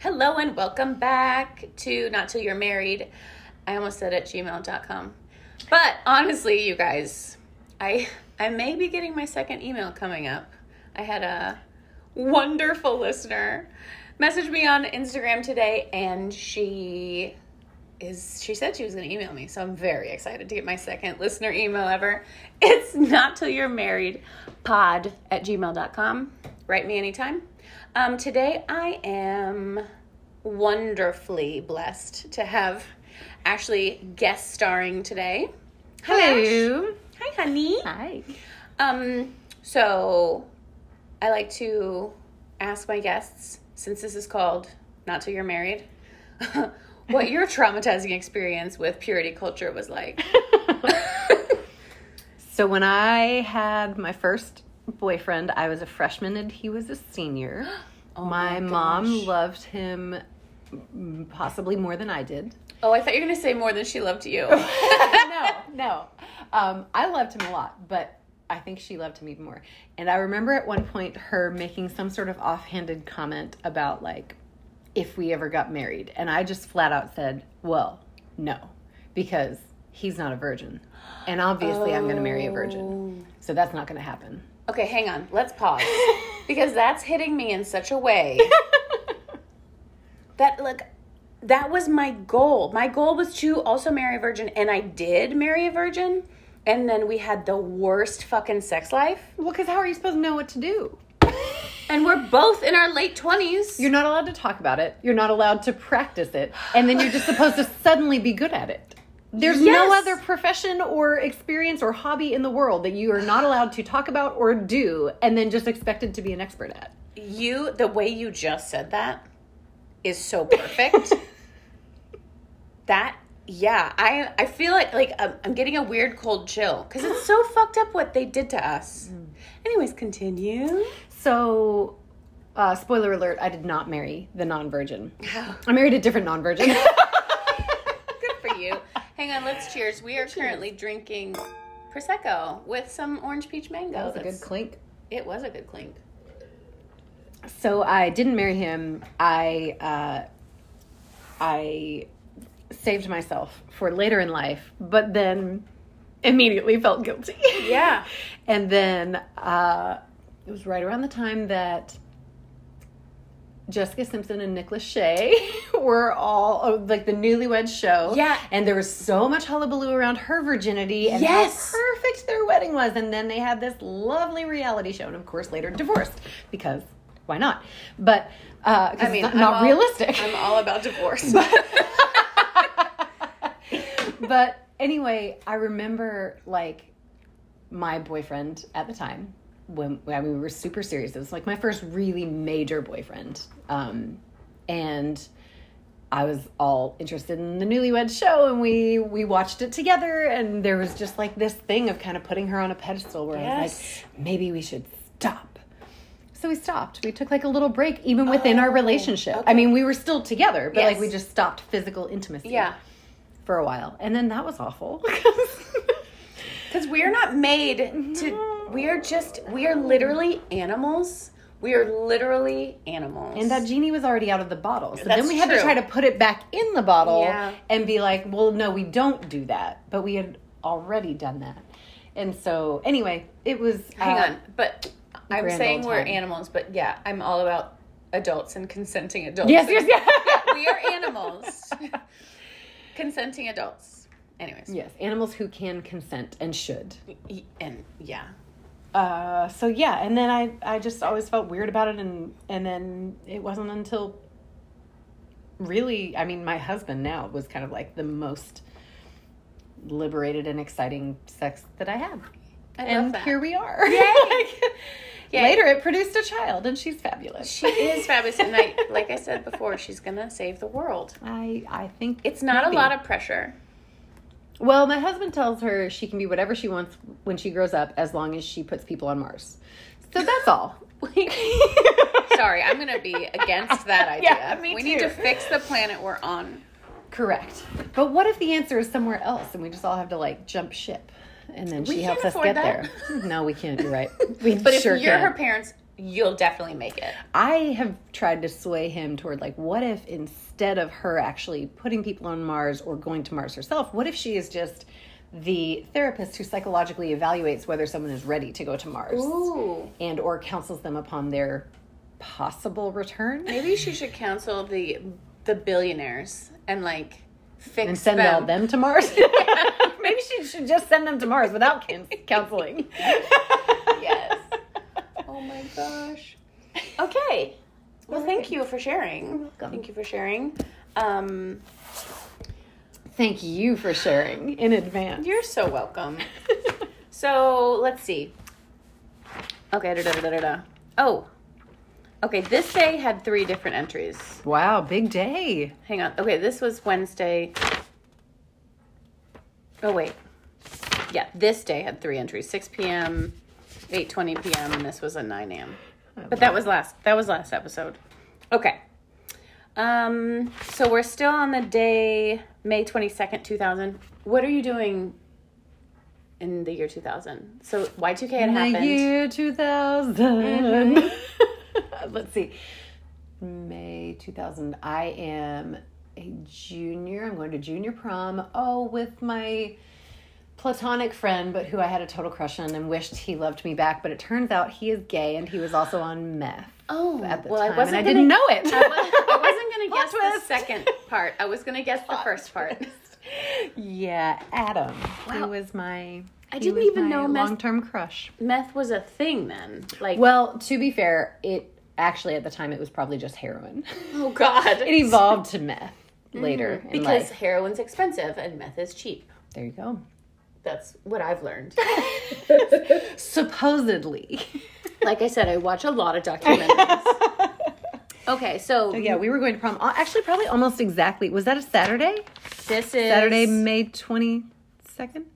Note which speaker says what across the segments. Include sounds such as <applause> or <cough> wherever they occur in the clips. Speaker 1: Hello and welcome back to Not Till You're Married. I almost said at gmail.com. But honestly, you guys, I I may be getting my second email coming up. I had a wonderful listener message me on Instagram today and she is she said she was going to email me so i'm very excited to get my second listener email ever it's not till you're married pod at gmail.com write me anytime um, today i am wonderfully blessed to have ashley guest starring today Hi, Ash. hi honey
Speaker 2: Hi.
Speaker 1: um, so I like to ask my guests, since this is called Not Till You're Married, <laughs> what your traumatizing experience with purity culture was like.
Speaker 2: so when I had my first boyfriend, I was a freshman and he was a <gasps> senior. Oh my mom
Speaker 1: gosh.
Speaker 2: loved him mm, possibly more than I did.
Speaker 1: Oh, I thought you were gonna say more than she loved you.
Speaker 2: no, <laughs> no. Um, I loved him a lot, but I think she loved him even more. And I remember at one point her making some sort of offhanded comment about like if we ever got married, and I just flat out said, "Well, no, because he's not a virgin, and obviously I'm going to marry a virgin, so that's not going to happen." <laughs>
Speaker 1: Okay, hang on. Let's pause because that's hitting me in such a way that like that was my goal. My goal was to also marry a virgin, and I did marry a virgin. And then we had the worst fucking sex life.
Speaker 2: well, because how are you supposed to know what to do?
Speaker 1: And we're both in our late 20s.
Speaker 2: You're not allowed to talk about it. You're not allowed to practice it. And then you're just supposed to suddenly be good at it. There's
Speaker 1: Yes.
Speaker 2: no other profession or experience or hobby in the world that you are not allowed to talk about or do and then just expected to be an expert at.
Speaker 1: you, the way you just said that is so <laughs> perfect. that, yeah, I, I feel like, like um, I'm getting a weird cold chill because it's <gasps> so fucked up what they did to us. Anyways, continue.
Speaker 2: So, uh, spoiler alert, I did not marry the non virgin. I married a different non virgin.
Speaker 1: <laughs> Good for you. Hang on, let's cheers. We are currently drinking Prosecco with some orange peach mango.
Speaker 2: that was a good
Speaker 1: That's-
Speaker 2: clink.
Speaker 1: It was a good clink.
Speaker 2: So I didn't marry him. I uh, I saved myself for later in life, but then immediately felt guilty.
Speaker 1: Yeah.
Speaker 2: and then uh, it was right around the time that Jessica Simpson and Nick Lachey <laughs> were all oh, like the newlywed show.
Speaker 1: Yeah.
Speaker 2: And there was so much hullabaloo around her virginity and how
Speaker 1: Yes.
Speaker 2: perfect their wedding was. And then they had this lovely reality show, and of course, later divorced because why not? But uh, 'cause
Speaker 1: I mean,
Speaker 2: it's not,
Speaker 1: I'm
Speaker 2: not
Speaker 1: all-
Speaker 2: realistic.
Speaker 1: I'm all about <laughs> divorce.
Speaker 2: <laughs> but anyway, I remember like my boyfriend at the time when, when we were super serious. It was like my first really major boyfriend, um, and I was all interested in the newlywed show, and we we watched it together. And there was just like this thing of kind of putting her on a pedestal where I was
Speaker 1: Yes.
Speaker 2: like, maybe we should stop. So we stopped. We took like a little break, even within our relationship. I mean, we were still together, but like
Speaker 1: Oh, Yes.
Speaker 2: we just stopped physical intimacy
Speaker 1: yeah.
Speaker 2: for a while, and then that
Speaker 1: <laughs>
Speaker 2: was awful.
Speaker 1: Because we're not made to. We are just. We are literally animals. We are literally animals.
Speaker 2: and that genie was already out of the bottle, so
Speaker 1: That's
Speaker 2: then we had
Speaker 1: true.
Speaker 2: to try to put it back in the bottle
Speaker 1: Yeah.
Speaker 2: and be like, "Well, no, we don't do that," but we had already done that, and so anyway, it was.
Speaker 1: Hang
Speaker 2: uh,
Speaker 1: on, but I'm
Speaker 2: grand
Speaker 1: saying
Speaker 2: old
Speaker 1: we're
Speaker 2: time.
Speaker 1: animals, but yeah, I'm all about adults and consenting adults.
Speaker 2: Yes,
Speaker 1: <laughs>
Speaker 2: yes, yes. <laughs>
Speaker 1: we are animals, consenting adults. Anyways,
Speaker 2: Yes, animals who can consent and should.
Speaker 1: Y- and yeah,
Speaker 2: Uh, so yeah, and then I, I just always felt weird about it, and and then it wasn't until really, I mean, my husband now was kind of like the most liberated and exciting sex that I had,
Speaker 1: I love
Speaker 2: and
Speaker 1: that.
Speaker 2: here we are. <laughs>
Speaker 1: Yay.
Speaker 2: Like, Later, it produced a child, and she's fabulous.
Speaker 1: she is fabulous, and I, like I said before, she's gonna save the world.
Speaker 2: <laughs> I I think
Speaker 1: It's not
Speaker 2: maybe.
Speaker 1: a lot of pressure.
Speaker 2: Well, my husband tells her she can be whatever she wants when she grows up, as long as she puts people on Mars. So that's all.
Speaker 1: <laughs> Sorry, I'm gonna be against that idea.
Speaker 2: <laughs> Yeah, me
Speaker 1: we need
Speaker 2: too.
Speaker 1: to fix the planet we're on.
Speaker 2: Correct. But what if the answer is somewhere else and we just all have to like jump ship? And then she
Speaker 1: can't
Speaker 2: helps us
Speaker 1: afford
Speaker 2: get
Speaker 1: that. <laughs>
Speaker 2: there. No, we can't. You're right. We
Speaker 1: But
Speaker 2: sure
Speaker 1: if you're
Speaker 2: can.
Speaker 1: her parents, you'll definitely make it.
Speaker 2: I have tried to sway him toward like, what if instead of her actually putting people on Mars or going to Mars herself, what if she is just the therapist who psychologically evaluates whether someone is ready to go to Mars
Speaker 1: Ooh.
Speaker 2: and or counsels them upon their possible return
Speaker 1: Maybe she should cancel the the billionaires and like fix
Speaker 2: and send
Speaker 1: them.
Speaker 2: all them
Speaker 1: <laughs>
Speaker 2: to Mars? <laughs> Maybe she should just send them to Mars without can- counseling.
Speaker 1: <laughs> Yes. Oh my gosh. Okay. Well, thank you for sharing.
Speaker 2: welcome.
Speaker 1: Thank you for sharing. Um,
Speaker 2: Thank you for sharing in advance.
Speaker 1: you're so welcome. So let's see. Okay. Da, da, da, da, da. Oh. Okay. This day had three different entries.
Speaker 2: <laughs> wow, big day.
Speaker 1: Hang on. Okay, this was Wednesday. Oh wait. Yeah, this day had three entries: six p.m., eight twenty p.m., and this was a nine a.m. But that was last. That was last episode. Okay. Um. So we're still on the day May twenty second, two thousand. What are you doing in the year two thousand? So Y two K had
Speaker 2: In
Speaker 1: happened.
Speaker 2: the year 2000. Mm-hmm. <laughs> Let's see. May 2000. I am a junior. I'm going to junior prom. Oh, with my platonic friend, but who I had a total crush on and wished he loved me back. But it turns out he is gay and he was also on meth.
Speaker 1: oh,
Speaker 2: At the
Speaker 1: well,
Speaker 2: time,
Speaker 1: I wasn't.
Speaker 2: and <laughs> I
Speaker 1: gonna-
Speaker 2: didn't know
Speaker 1: <laughs>
Speaker 2: it.
Speaker 1: I wa- I wasn't gonna
Speaker 2: Plot
Speaker 1: guess the
Speaker 2: twist.
Speaker 1: second part. I was gonna guess the first part.
Speaker 2: yeah, Adam. He
Speaker 1: Wow.
Speaker 2: was my.
Speaker 1: I didn't even know meth-
Speaker 2: long-term crush.
Speaker 1: meth was a thing then. Like,
Speaker 2: Well, to be fair, it actually at the time it was probably just heroin. <laughs>
Speaker 1: oh god,
Speaker 2: It evolved to meth later in
Speaker 1: because
Speaker 2: life.
Speaker 1: heroin's expensive and meth is cheap.
Speaker 2: There you go.
Speaker 1: That's what I've
Speaker 2: <laughs>
Speaker 1: learned.
Speaker 2: Supposedly.
Speaker 1: like I said, I watch a lot of documentaries.
Speaker 2: <laughs>
Speaker 1: okay, so
Speaker 2: <laughs> yeah, we were going to prom. uh, Actually, probably almost exactly. Was that a Saturday?
Speaker 1: this is
Speaker 2: Saturday, May twenty second.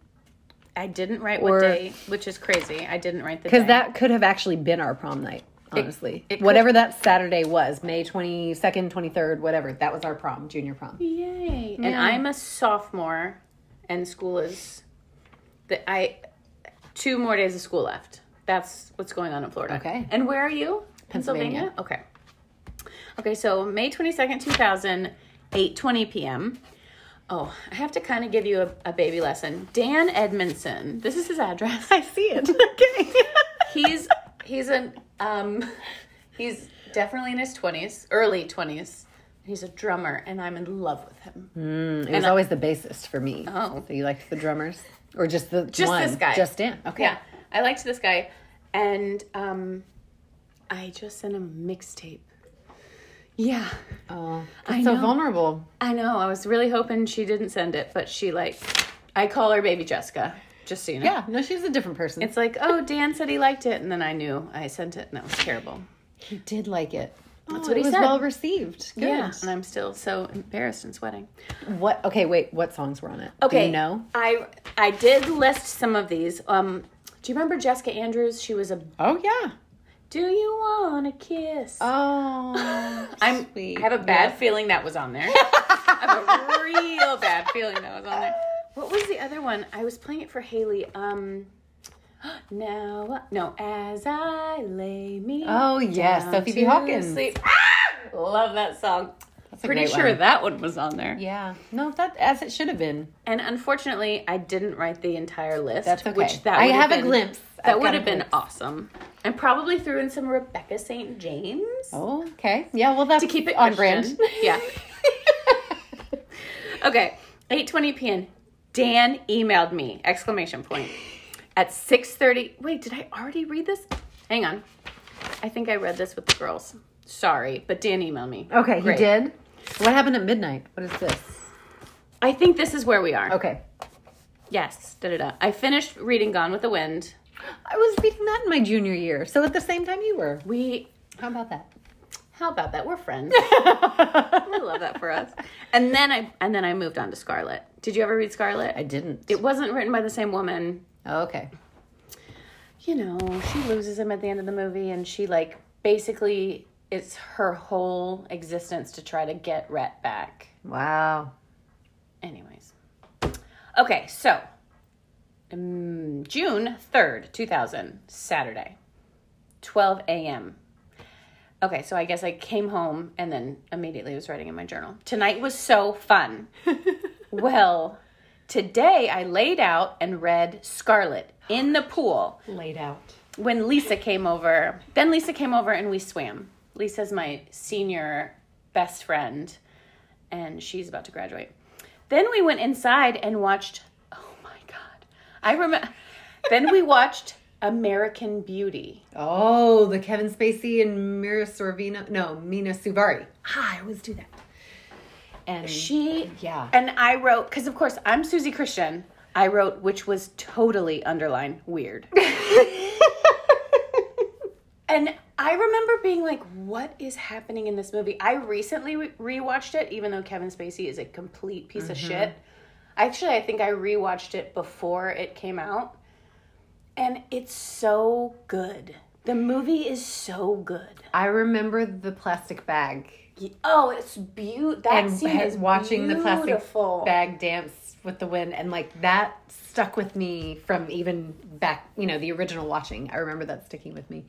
Speaker 1: I didn't write
Speaker 2: Or-
Speaker 1: what day, which is crazy. I didn't write the
Speaker 2: Because
Speaker 1: day.
Speaker 2: that could have actually been our prom night. Honestly,
Speaker 1: it could-
Speaker 2: whatever that Saturday was, May twenty second, twenty third, whatever. That was our prom, junior prom.
Speaker 1: Yay! And I'm a sophomore, and school is that I two more days of school left. That's what's going on in Florida.
Speaker 2: Okay.
Speaker 1: And where are you? Pennsylvania. Okay. Okay. So May twenty second, two thousand, eight twenty p.m. Oh, I have to kind of give you a, a baby lesson. Dan Edmondson. This is his address.
Speaker 2: <laughs> I see it. Okay.
Speaker 1: <laughs> He's he's an um, he's definitely in his twenties, early twenties. He's a drummer, and I'm in love with him.
Speaker 2: it was always the bassist for me.
Speaker 1: Oh.
Speaker 2: so you liked the drummers or just the
Speaker 1: Just
Speaker 2: one?
Speaker 1: this guy.
Speaker 2: just Dan? Okay.
Speaker 1: Yeah, I liked this guy, and um, I just sent him a mixtape. Yeah,
Speaker 2: Oh,
Speaker 1: I
Speaker 2: that's so
Speaker 1: know.
Speaker 2: vulnerable.
Speaker 1: I know. I was really hoping she didn't send it, but she like, I call her Baby Jessica, just so you know.
Speaker 2: Yeah, no, she's a different person.
Speaker 1: It's like, oh, Dan said he liked it, and then I knew I sent it, and that was terrible.
Speaker 2: he did like it. That's
Speaker 1: what
Speaker 2: it
Speaker 1: he
Speaker 2: was
Speaker 1: said.
Speaker 2: well received. Good.
Speaker 1: Yeah, and I'm still so embarrassed and sweating.
Speaker 2: What? Okay, wait. What songs were on it?
Speaker 1: Okay,
Speaker 2: Do you know?
Speaker 1: I I did list some of these. Um, do you remember Jessica Andrews? She was a
Speaker 2: Oh yeah.
Speaker 1: Do you want a kiss?
Speaker 2: <laughs> Oh,
Speaker 1: I'm,
Speaker 2: sweet.
Speaker 1: I have a bad feeling that was
Speaker 2: <laughs>
Speaker 1: on there. I have a real bad feeling that was on there. What was the other one? I was playing it for Haley. Um, <gasps> now, no, as I lay me.
Speaker 2: Oh yes,
Speaker 1: down
Speaker 2: Sophie B.
Speaker 1: to
Speaker 2: Hawkins.
Speaker 1: sleep. Ah! Love that song.
Speaker 2: That's a
Speaker 1: Pretty
Speaker 2: great
Speaker 1: sure
Speaker 2: one.
Speaker 1: that one was on there.
Speaker 2: Yeah. No, that as it should have been.
Speaker 1: And unfortunately, I didn't write the entire list.
Speaker 2: That's okay.
Speaker 1: Which that
Speaker 2: I
Speaker 1: would
Speaker 2: have a
Speaker 1: been-
Speaker 2: glimpse. I've
Speaker 1: That
Speaker 2: got
Speaker 1: would
Speaker 2: a
Speaker 1: have been
Speaker 2: glimpse.
Speaker 1: awesome. And probably threw in some Rebecca St. James.
Speaker 2: Oh, okay. Yeah. Well, that's
Speaker 1: to keep it
Speaker 2: on
Speaker 1: Christian.
Speaker 2: brand.
Speaker 1: Yeah. okay. 8:20 p.m. Dan emailed me exclamation point at 6:30. Wait, did I already read this? Hang on. I think I read this with the girls. Sorry, but Dan emailed me.
Speaker 2: <laughs> Okay, he
Speaker 1: Great.
Speaker 2: did. What happened at midnight? What is this?
Speaker 1: I think this is where we are.
Speaker 2: Okay.
Speaker 1: Yes. Da da da. I finished reading Gone with the Wind.
Speaker 2: I was reading that in my junior year, so at the same time you were.
Speaker 1: We
Speaker 2: How about that?
Speaker 1: how about that? We're
Speaker 2: <laughs>
Speaker 1: friends. I love that for us. And then I and then I moved on to Scarlet. Did you ever read Scarlet?
Speaker 2: I didn't. Oh,
Speaker 1: It wasn't written by the same woman.
Speaker 2: okay.
Speaker 1: you know, she loses him at the end of the movie and she like basically it's her whole existence to try to get Rhett back.
Speaker 2: Wow.
Speaker 1: Anyways. Okay, so um, June 3rd, 2000, Saturday. 12 a.m. Okay, so I guess I came home and then immediately was writing in my journal. Tonight was so fun. well, today I laid out and read Scarlet in the pool
Speaker 2: Laid out.
Speaker 1: when Lisa came over. Then Lisa came over and we swam. Lisa's my senior best friend, and she's about to graduate. Then we went inside and watched. Oh my god! I remember. then we watched American Beauty.
Speaker 2: Oh, the Kevin Spacey and Mira Sorvino. No, Mina Suvari. Ah, I always do that. And
Speaker 1: She
Speaker 2: Yeah.
Speaker 1: And I wrote because of course I'm Susie Christian. I wrote which was totally underline
Speaker 2: <laughs>
Speaker 1: weird. And I remember being like, what is happening in this movie? I recently re- rewatched it, even though Kevin Spacey is a complete piece
Speaker 2: Mm-hmm.
Speaker 1: of shit. Actually, I think I rewatched it before it came out. And it's so good. The movie is so good.
Speaker 2: I remember the plastic bag
Speaker 1: Y- Oh, it's beautiful. That
Speaker 2: and
Speaker 1: scene is
Speaker 2: watching the
Speaker 1: beautiful.
Speaker 2: plastic bag dance with the wind and like that stuck with me from even back you know the original watching i remember that sticking with me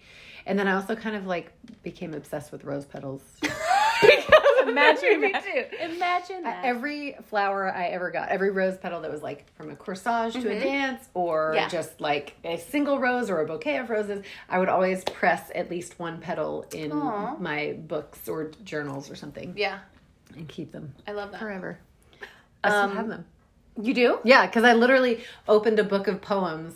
Speaker 2: and then i also kind of like became obsessed with rose petals because
Speaker 1: <laughs>
Speaker 2: <laughs>
Speaker 1: Imagine that. Imagine that.
Speaker 2: every flower i ever got every rose petal that was like from a corsage to a dance or
Speaker 1: Mm-hmm. Yeah.
Speaker 2: just like a single rose or a bouquet of roses i would always press at least one petal in
Speaker 1: Aw.
Speaker 2: my books or journals or something
Speaker 1: yeah,
Speaker 2: and keep them
Speaker 1: I love that.
Speaker 2: forever. I still
Speaker 1: Um,
Speaker 2: have them.
Speaker 1: You do?
Speaker 2: Yeah, because I literally opened a book of poems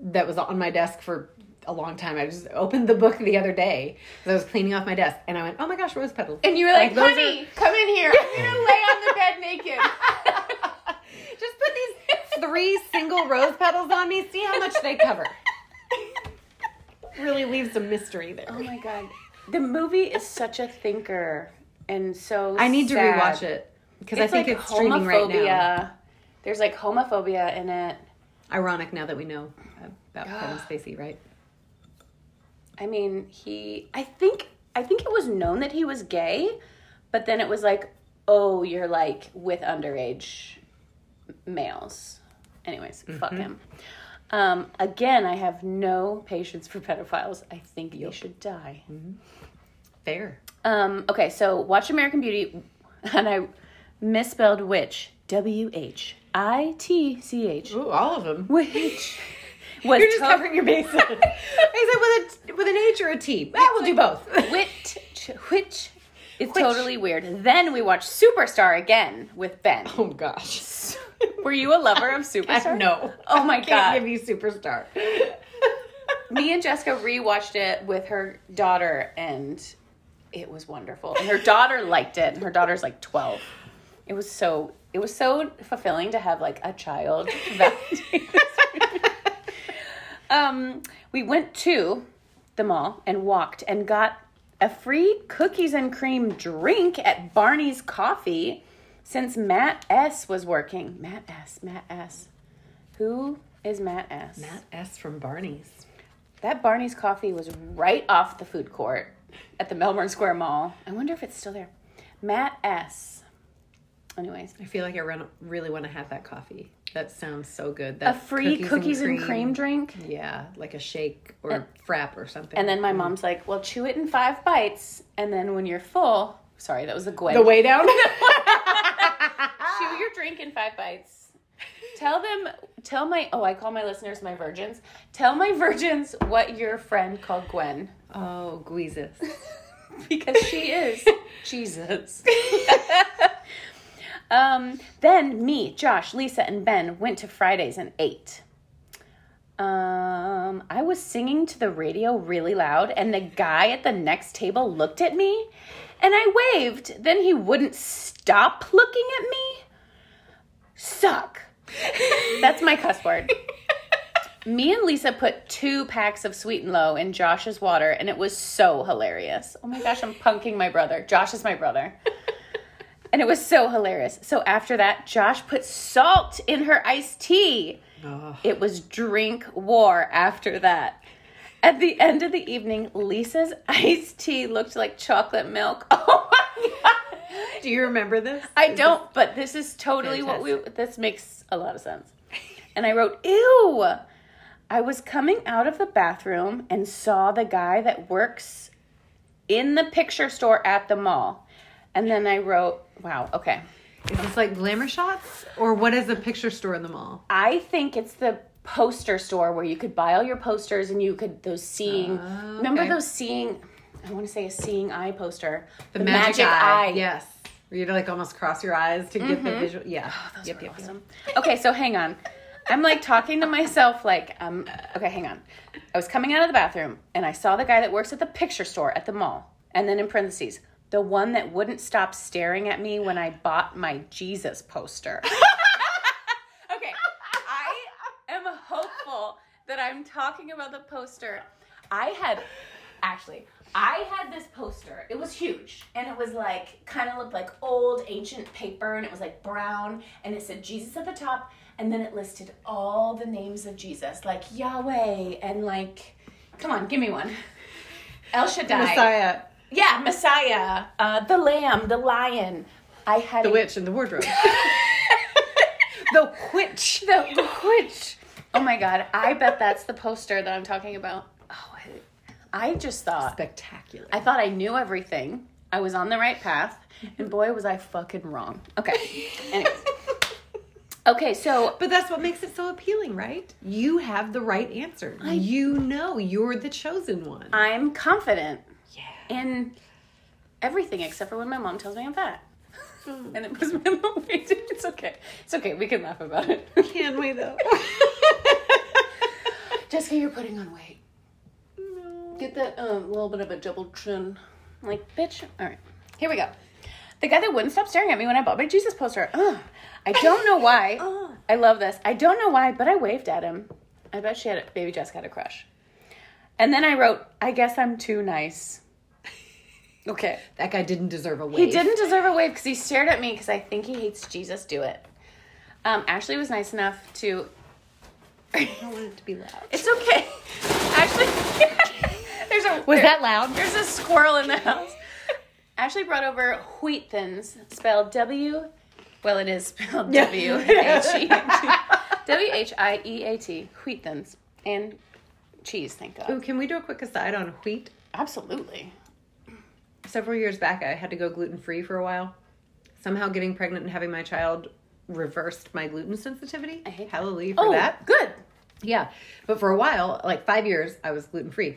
Speaker 2: that was on my desk for a long time. I just opened the book the other day 'cause I was cleaning off my desk, and I went, "Oh my gosh, rose petals!"
Speaker 1: And you were like,
Speaker 2: those are-
Speaker 1: honey, come in here. I'm going <laughs> to lay on the bed naked.
Speaker 2: <laughs> just put these three single rose petals on me. See how much
Speaker 1: <laughs>
Speaker 2: they cover. really leaves a mystery there.
Speaker 1: Oh my god. The movie is such a thinker and so
Speaker 2: I need to
Speaker 1: sad.
Speaker 2: rewatch it because I
Speaker 1: It's
Speaker 2: think
Speaker 1: like
Speaker 2: it's streaming right now.
Speaker 1: homophobia. There's like homophobia in it.
Speaker 2: Ironic now that we know about Kevin Spacey, right?
Speaker 1: I mean, he I think I think it was known that he was gay, but then it was like, "Oh, you're like with underage males." Anyways, fuck
Speaker 2: Mm-hmm.
Speaker 1: him. Um, again, I have no patience for pedophiles. I think they should die.
Speaker 2: Fair.
Speaker 1: Um, okay, so watch American Beauty, <laughs> and I misspelled witch. W H I T C H.
Speaker 2: Ooh, all of <laughs> them.
Speaker 1: Witch. Was
Speaker 2: You're just
Speaker 1: tot-
Speaker 2: covering your
Speaker 1: <laughs>
Speaker 2: bases. I said with a with an H or a T. That will do both.
Speaker 1: Wit, ch- witch. It's totally weird. Then we watched Superstar again with Ben.
Speaker 2: <laughs> Oh <laughs> gosh.
Speaker 1: Were you a lover of Superstar?
Speaker 2: no.
Speaker 1: Oh my
Speaker 2: I
Speaker 1: God.
Speaker 2: Can't give you <laughs> superstar.
Speaker 1: Me and Jessica rewatched it with her daughter, and it was wonderful. And her daughter liked it, and her daughter's like twelve. It was so. It was so fulfilling to have like a child <laughs> validate um, we went to the mall and walked and got a free cookies and cream drink at Barney's Coffee since Matt S was working. Matt S, Matt S. Who is Matt S?
Speaker 2: <laughs> Matt S from Barney's.
Speaker 1: That Barney's Coffee was right off the food court at the Melbourne Square Mall. I wonder if it's still there. Matt S. Anyways,
Speaker 2: I feel like I run, really want to have that coffee. That sounds so good.
Speaker 1: a
Speaker 2: That
Speaker 1: free cookies, and, cream. drink.
Speaker 2: Yeah, like a shake or frap or something.
Speaker 1: And then my mom's like, well, chew it in five bites. And then when you're full, sorry, that was the Gwen.
Speaker 2: the way down.
Speaker 1: <laughs> chew your drink in five bites. Tell them, tell my, oh, I call my listeners my virgins. Tell my virgins what your friend called Gwen.
Speaker 2: oh, guizes.
Speaker 1: because she is Jesus. um, then me, Josh, Lisa, and Ben went to Fridays and ate. Um, I was singing to the radio really loud, and the guy at the next table looked at me, and I waved. Then he wouldn't stop looking at me. Suck. That's my cuss word. Me and Lisa put two packs of Sweet and Low in Josh's water, and it was so hilarious. Oh my gosh, I'm punking my brother. Josh is my brother. and it was so hilarious. So after that, Josh put salt in her iced tea.
Speaker 2: <laughs> Oh.
Speaker 1: It was drink war after that. At the end of the evening, Lisa's <laughs> iced tea looked like chocolate milk. <laughs> Oh my god.
Speaker 2: Do you remember this?
Speaker 1: I don't, but this is totally what we. This makes a lot of sense. And I wrote, "Ew." I was coming out of the bathroom and saw the guy that works in the picture store at the mall. And then I wrote, wow, okay.
Speaker 2: Is this like glamour shots or what is a picture store in the mall?
Speaker 1: I think it's the poster store where you could buy all your posters and you could those seeing remember
Speaker 2: Oh, okay.
Speaker 1: those seeing I want to say a seeing eye poster.
Speaker 2: The, magic, eye. Yes. Where you'd like almost cross your eyes to get
Speaker 1: Mm-hmm.
Speaker 2: the visual. Yeah.
Speaker 1: Yep, yep, Oh, awesome. Okay, so hang on. I'm like talking to myself like um okay, hang on. I was coming out of the bathroom and I saw the guy that works at the picture store at the mall. And then in parentheses, the one that wouldn't stop staring at me when I bought my Jesus poster. <laughs> okay. I am hopeful that I'm talking about the poster. I had actually I had this poster. It was huge. And it was like kind of looked like old ancient paper and it was like brown and it said Jesus at the top and then it listed all the names of Jesus, like Yahweh and like come on, give me one. El Shaddai.
Speaker 2: Messiah,
Speaker 1: Yeah, Messiah, uh, the Lamb, the Lion. I had
Speaker 2: the
Speaker 1: a-
Speaker 2: witch, and
Speaker 1: <laughs>
Speaker 2: the wardrobe. the witch.
Speaker 1: the, the witch. Oh my god! I bet that's the poster that I'm talking about. Oh, I, I just thought
Speaker 2: Spectacular.
Speaker 1: I thought I knew everything. I was on the right path, and boy, was I fucking wrong. Okay. Anyways. Okay, so
Speaker 2: But that's what makes it so appealing, right? You have the right answer. you know you're the chosen one.
Speaker 1: I'm confident
Speaker 2: yeah.
Speaker 1: in everything except for when my mom tells me I'm fat. And it was my mom. <laughs> It's okay. It's okay. We can laugh about it.
Speaker 2: Can
Speaker 1: <laughs>
Speaker 2: we though?
Speaker 1: Jessica, you're putting on weight.
Speaker 2: No.
Speaker 1: Get that um, little bit of a double chin. Like, bitch. All right, here we go. The guy that wouldn't stop staring at me when I bought my Jesus poster. Ugh. I don't know why. <laughs>
Speaker 2: Ugh.
Speaker 1: I love this. I don't know why, but I waved at him. I bet she had a baby Jessica had a crush. And then I wrote, I guess I'm too nice. <laughs> Okay.
Speaker 2: That guy didn't deserve a wave.
Speaker 1: He didn't deserve a wave because he stared at me because I think he hates Jesus. Do it. Um, Ashley was nice enough to
Speaker 2: I don't want it to be loud.
Speaker 1: It's okay. Ashley, <laughs> there's a
Speaker 3: Was that loud?
Speaker 1: there's a squirrel in the house. Ashley brought over wheat thins, spelled W. Well, it is spelled W H E W H I E A T. Wheat thins and cheese. Thank God.
Speaker 2: Ooh, Oh, can we do a quick aside on wheat?
Speaker 1: Absolutely.
Speaker 2: Several years back, I had to go gluten free for a while. Somehow, getting pregnant and having my child reversed my gluten sensitivity.
Speaker 1: hate that. Oh,
Speaker 2: Hallelujah for that.
Speaker 1: good.
Speaker 2: Yeah. But for a while, like five years, I was gluten free.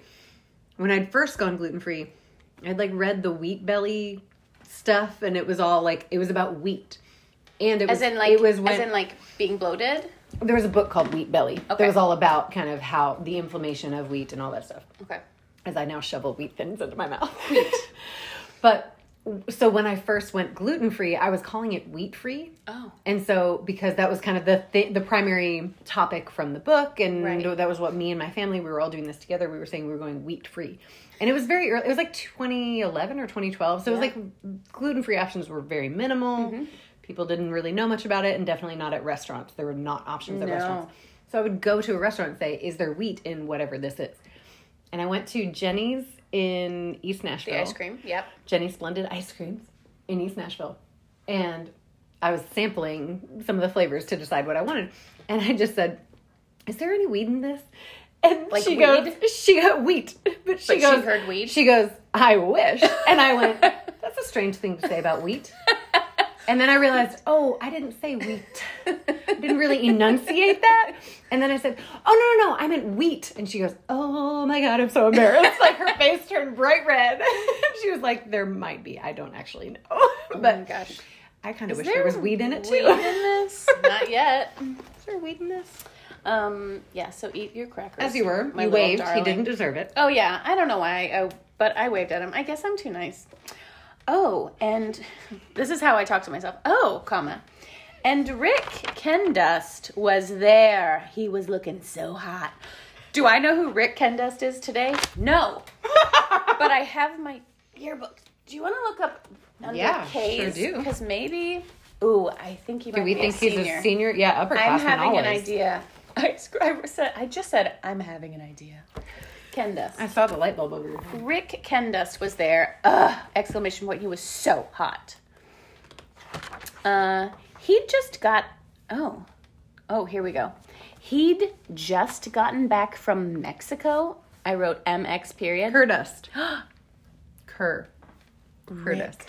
Speaker 2: When I'd first gone gluten free, I'd like read the wheat belly stuff and it was all like it was about wheat. And it
Speaker 1: As
Speaker 2: was
Speaker 1: in like
Speaker 2: it was when
Speaker 1: as in like being bloated.
Speaker 2: there was a book called Wheat Belly.
Speaker 1: Okay.
Speaker 2: That was all about kind of how the inflammation of wheat and all that stuff
Speaker 1: Okay.
Speaker 2: as I now shovel wheat thins into my mouth. <laughs> but so when I first went gluten free, I was calling it wheat free.
Speaker 1: Oh.
Speaker 2: And so because that was kind of the th- the primary topic from the book and
Speaker 1: Right.
Speaker 2: that was what me and my family we were all doing this together. We were saying we were going wheat free. And it was very early. It was like 2011 or 2012. So it was like gluten free options were very minimal.
Speaker 1: Mm-hmm.
Speaker 2: People didn't really know much about it and definitely not at restaurants. There were not options at
Speaker 1: No.
Speaker 2: restaurants. So I would go to a restaurant and say, "Is there wheat in whatever this is?" And I went to Jenny's in East Nashville.
Speaker 1: The ice cream.
Speaker 2: <laughs>
Speaker 1: Yep.
Speaker 2: Jenny's Splendid Ice Creams in East Nashville. And I was sampling some of the flavors to decide what I wanted. And I just said, Is there any weed in this? And
Speaker 1: Like
Speaker 2: she
Speaker 1: weed?
Speaker 2: goes, She got wheat. <laughs> But she
Speaker 1: she
Speaker 2: goes,
Speaker 1: heard weed?
Speaker 2: She goes, I wish. And I
Speaker 1: <laughs>
Speaker 2: went, That's a strange thing to say about wheat. And then I realized, oh, I didn't say wheat. <laughs> I didn't really enunciate that. And then I said, oh, no, no, no, I meant wheat. And she goes, oh my God, I'm so embarrassed. Like her face turned bright red. <laughs> she was like, there might be. I don't actually know.
Speaker 1: oh my
Speaker 2: But
Speaker 1: gosh.
Speaker 2: I kind of wish there was weed in it too.
Speaker 1: Weed in this? Not yet.
Speaker 2: Is there weed in this?
Speaker 1: Um. Yeah. So eat your crackers.
Speaker 2: As you were,
Speaker 1: my
Speaker 2: you
Speaker 1: little
Speaker 2: waved. He
Speaker 1: darling.
Speaker 2: didn't deserve
Speaker 1: <laughs>
Speaker 2: it.
Speaker 1: Oh yeah, I don't know why, I, but I waved at him. I guess I'm too nice. Oh, and <laughs> this is how I talk to myself. Oh, comma. And Rick Kendust was there. He was looking so hot. Do I know who Rick Kendust is today? No. but I have my yearbook. Do you want to look up under
Speaker 2: Yeah,
Speaker 1: K's?
Speaker 2: sure do.
Speaker 1: Because maybe. Ooh, I think he might
Speaker 2: Do we
Speaker 1: be
Speaker 2: think
Speaker 1: a
Speaker 2: he's
Speaker 1: senior.
Speaker 2: a senior? Yeah, upperclassman
Speaker 1: I'm having
Speaker 2: always.
Speaker 1: an idea. <laughs> I, sc- I, said, I just said, I'm having an idea. Kendust.
Speaker 2: I saw the light bulb
Speaker 1: <gasps>
Speaker 2: over your head.
Speaker 1: Rick Kendust was there. Ugh! Exclamation point. He was so hot. Uh, he just got. Oh, oh, here we go. He'd just gotten back from Mexico. I wrote MX period.
Speaker 2: Curdust.
Speaker 1: <gasps>
Speaker 2: Cur. Curdust.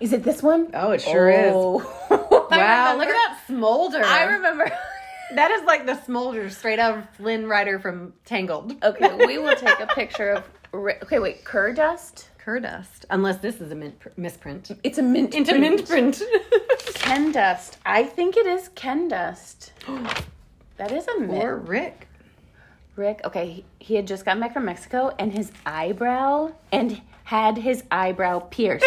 Speaker 1: Is it this one? Oh.
Speaker 2: Oh, it sure
Speaker 1: <laughs>
Speaker 2: is.
Speaker 1: wow,
Speaker 2: Wow, look at that smolder.
Speaker 1: I remember. <laughs>
Speaker 2: that is like the smolder straight out of Flynn Rider from Tangled.
Speaker 1: okay, we will take a picture of. ri- Okay, wait, cur dust.
Speaker 2: Curdust. Unless this is a mint pr- misprint.
Speaker 1: It's a mint.
Speaker 2: Into mint print.
Speaker 1: Ken dust. I think it is Ken <gasps> dust. that is a mint.
Speaker 2: <laughs> or Rick.
Speaker 1: Rick, okay, he, he had just gotten back from Mexico and his eyebrow and had his eyebrow <laughs> pierced.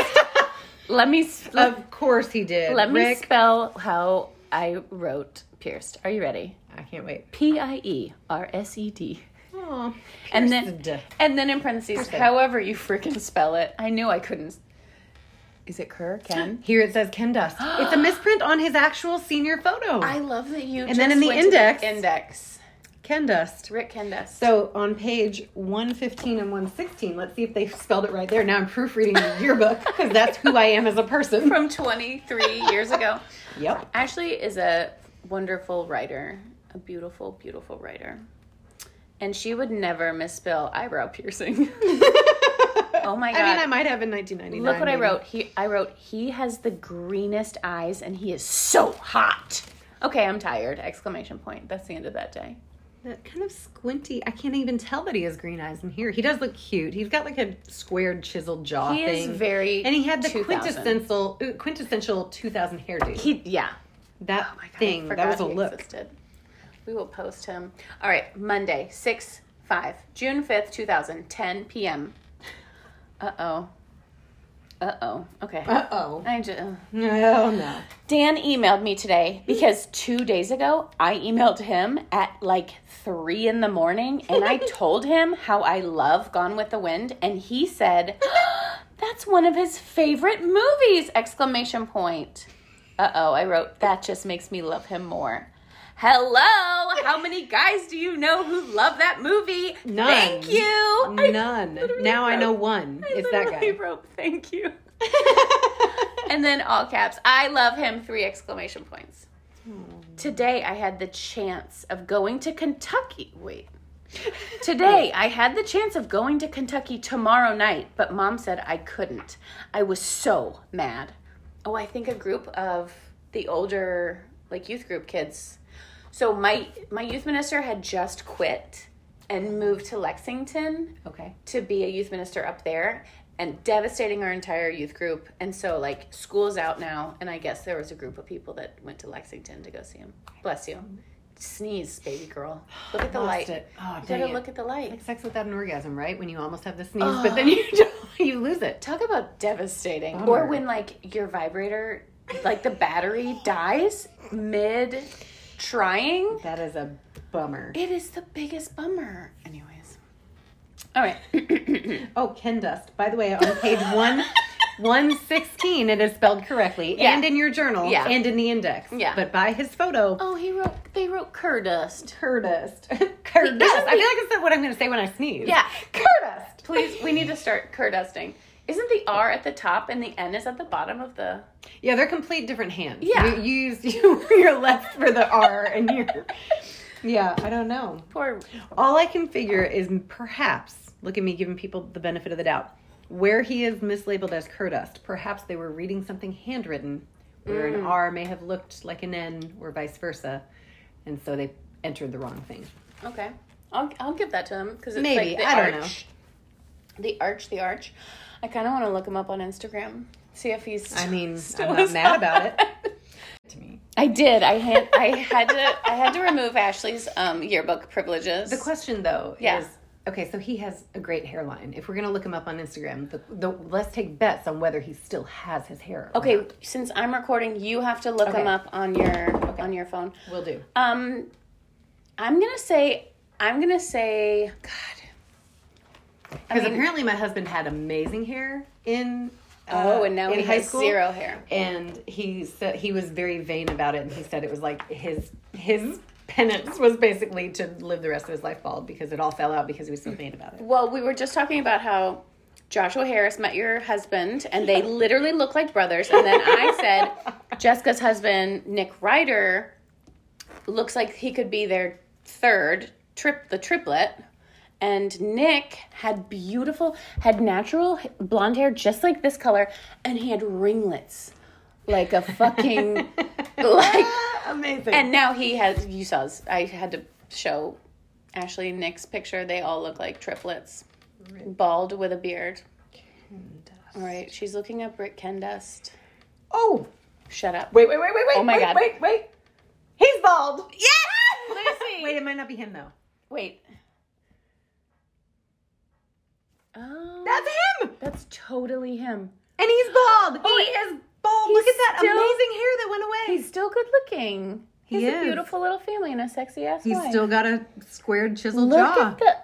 Speaker 1: let me s- let,
Speaker 2: Of course he did.
Speaker 1: let me
Speaker 2: Rick.
Speaker 1: spell how I wrote pierced. Are you ready?
Speaker 2: I can't wait.
Speaker 1: P I E R S E D.
Speaker 2: Oh,
Speaker 1: And then and then in parentheses, however you freaking spell it. I knew I couldn't. s- Is it Kerr? Ken?
Speaker 2: Here it says Ken <gasps> Dust. it's a misprint on his actual senior photo.
Speaker 1: I love that you.
Speaker 2: And then in the index-
Speaker 1: index,
Speaker 2: Ken Dust.
Speaker 1: Rick Ken dust.
Speaker 2: So on page 115 and 116, let's see if they spelled it right there. Now I'm proofreading the yearbook because that's who I am as a person. <laughs>
Speaker 1: from 23 years ago.
Speaker 2: Yep.
Speaker 1: Ashley is a wonderful writer, a beautiful, beautiful writer. And she would never misspell eyebrow
Speaker 2: <laughs>
Speaker 1: piercing. <laughs> oh my god.
Speaker 2: I mean, I might have in 1999.
Speaker 1: Look what I
Speaker 2: maybe.
Speaker 1: wrote. He I wrote he has the greenest eyes and he is so hot. Okay, I'm tired. Exclamation point. That's the end of that day.
Speaker 2: That kind of squinty. I can't even tell that he has green eyes in here. He does look cute. He's got like a squared, chiseled jaw
Speaker 1: He
Speaker 2: thing.
Speaker 1: is very
Speaker 2: and he had the
Speaker 1: 2000.
Speaker 2: quintessential uh, quintessential 2000 hairdo.
Speaker 1: He yeah.
Speaker 2: that
Speaker 1: Oh my Oh God, I
Speaker 2: thing. That
Speaker 1: forgot
Speaker 2: was a
Speaker 1: he
Speaker 2: look.
Speaker 1: existed. We will post him. All right, Monday, 6 5, June 5th, 2010 p.m. Uh oh. Uh oh. Okay.
Speaker 2: Uh oh.
Speaker 1: I just,
Speaker 2: No, no.
Speaker 1: Dan emailed me today because two days ago I emailed him at like three in the morning and
Speaker 2: <laughs>
Speaker 1: I told him how I love Gone with the Wind and he said, <gasps> "That's one of his favorite movies!" Exclamation point. Uh oh, I wrote that just makes me love him more. Hello, how many guys do you know who love that movie?
Speaker 2: None.
Speaker 1: Thank you. I
Speaker 2: None.
Speaker 1: literally
Speaker 2: Now I
Speaker 1: wrote-
Speaker 2: know one.
Speaker 1: I
Speaker 2: Mm-hmm. it's that
Speaker 1: literally
Speaker 2: guy.
Speaker 1: wrote thank
Speaker 2: <laughs>
Speaker 1: you. and then all caps, I love him, three exclamation points.
Speaker 2: Hmm.
Speaker 1: Today I had the chance of going to Kentucky. Wait.
Speaker 2: <laughs>
Speaker 1: Today I had the chance of going to Kentucky tomorrow night, but mom said I couldn't. I was so mad. Oh, I think a group of the older like youth group kids. So my my youth minister had just quit and moved to Lexington
Speaker 2: okay.
Speaker 1: to be a youth minister up there and devastating our entire youth group. And so, like, school's out now, and I guess there was a group of people that went to Lexington to go see him. Bless you. Sneeze, baby girl. Look at the light.
Speaker 2: Lost it. Oh,
Speaker 1: You
Speaker 2: dang
Speaker 1: gotta
Speaker 2: it.
Speaker 1: look at the light.
Speaker 2: Like sex without an orgasm, right? When you almost have the sneeze, but then you <laughs> don't, you lose it.
Speaker 1: Talk about devastating. Or
Speaker 2: Bummer.
Speaker 1: when, like, your vibrator, like, the battery dies mid trying.
Speaker 2: That is a bummer.
Speaker 1: It is the biggest bummer. Anyways. All right.
Speaker 2: Oh, Ken Dust. By the way, on <laughs> page one, one sixteen, it is spelled correctly,
Speaker 1: Yeah.
Speaker 2: and in your journal,
Speaker 1: Yeah.
Speaker 2: and in the index.
Speaker 1: Yeah.
Speaker 2: But by his photo,
Speaker 1: <coughs> oh, he wrote, they wrote cur dust.
Speaker 2: <laughs> Curdust. Curdust. I feel like it's not what I'm going to say when I sneeze.
Speaker 1: Yeah.
Speaker 2: Curdust.
Speaker 1: Please, we need to start cur dusting. Isn't the R at the top and the N is at the bottom of the?
Speaker 2: Yeah, they're complete different hands.
Speaker 1: Yeah.
Speaker 2: You, you used you, <laughs> your left for the R and your. <laughs> Yeah, I don't know.
Speaker 1: Poor.
Speaker 2: All I can figure is perhaps, look at me giving people the benefit of the doubt, where he is mislabeled as Curdust. Perhaps they were reading something handwritten where
Speaker 1: Mm.
Speaker 2: an R may have looked like an N or vice versa, and so they entered the wrong thing.
Speaker 1: Okay, I'll I'll give that to him because it's
Speaker 2: Maybe.
Speaker 1: like the
Speaker 2: I
Speaker 1: arch.
Speaker 2: don't know.
Speaker 1: The arch, the arch. I kind of want to look him up on Instagram, see if he's. <laughs>
Speaker 2: I mean,
Speaker 1: still
Speaker 2: I'm not
Speaker 1: is
Speaker 2: mad
Speaker 1: <laughs>
Speaker 2: about it. To me.
Speaker 1: I did. I had I had to I had to remove Ashley's um, yearbook privileges.
Speaker 2: The question though
Speaker 1: Yeah.
Speaker 2: is okay, so he has a great hairline. If we're gonna look him up on Instagram, the, the let's take bets on whether he still has his hair. or
Speaker 1: okay,
Speaker 2: not.
Speaker 1: since I'm recording, you have to look
Speaker 2: Okay.
Speaker 1: him up on your on your phone.
Speaker 2: we'll do.
Speaker 1: Um, I'm gonna say I'm gonna say God.
Speaker 2: Because apparently my husband had amazing hair in uh,
Speaker 1: Oh, and now
Speaker 2: in
Speaker 1: he
Speaker 2: high
Speaker 1: has
Speaker 2: school,
Speaker 1: zero hair.
Speaker 2: and he said he was very vain about it, and he said it was like his his penance was basically to live the rest of his life bald because it all fell out because he was so vain about <laughs> it.
Speaker 1: Well, we were just talking about how Joshua Harris met your husband, and
Speaker 2: <laughs>
Speaker 1: they literally look like brothers. And then I said Jessica's husband, Nick Ryder, looks like he could be their third trip, the triplet. And Nick had beautiful, had natural blonde hair just like this color, and he had ringlets like a
Speaker 2: <laughs>
Speaker 1: fucking like
Speaker 2: Amazing.
Speaker 1: and now he has you saw his- i had to show ashley and nick's picture they all look like triplets bald with a beard all right she's looking up rick kendust
Speaker 2: oh,
Speaker 1: shut up
Speaker 2: wait, wait, wait, wait, wait.
Speaker 1: Oh my
Speaker 2: wait,
Speaker 1: God.
Speaker 2: Wait, wait. He's bald.
Speaker 1: yeah
Speaker 2: <laughs> Wait, it might not be him though.
Speaker 1: wait oh
Speaker 2: That's him.
Speaker 1: that's totally him
Speaker 2: And he's bald. he is bald. Look at that
Speaker 1: still-
Speaker 2: amazing hair that went away.
Speaker 1: he's still good looking he's
Speaker 2: He
Speaker 1: a
Speaker 2: is.
Speaker 1: beautiful little family and a sexy ass
Speaker 2: He's
Speaker 1: wife.
Speaker 2: still got a squared chiseled
Speaker 1: Look
Speaker 2: jaw.
Speaker 1: at the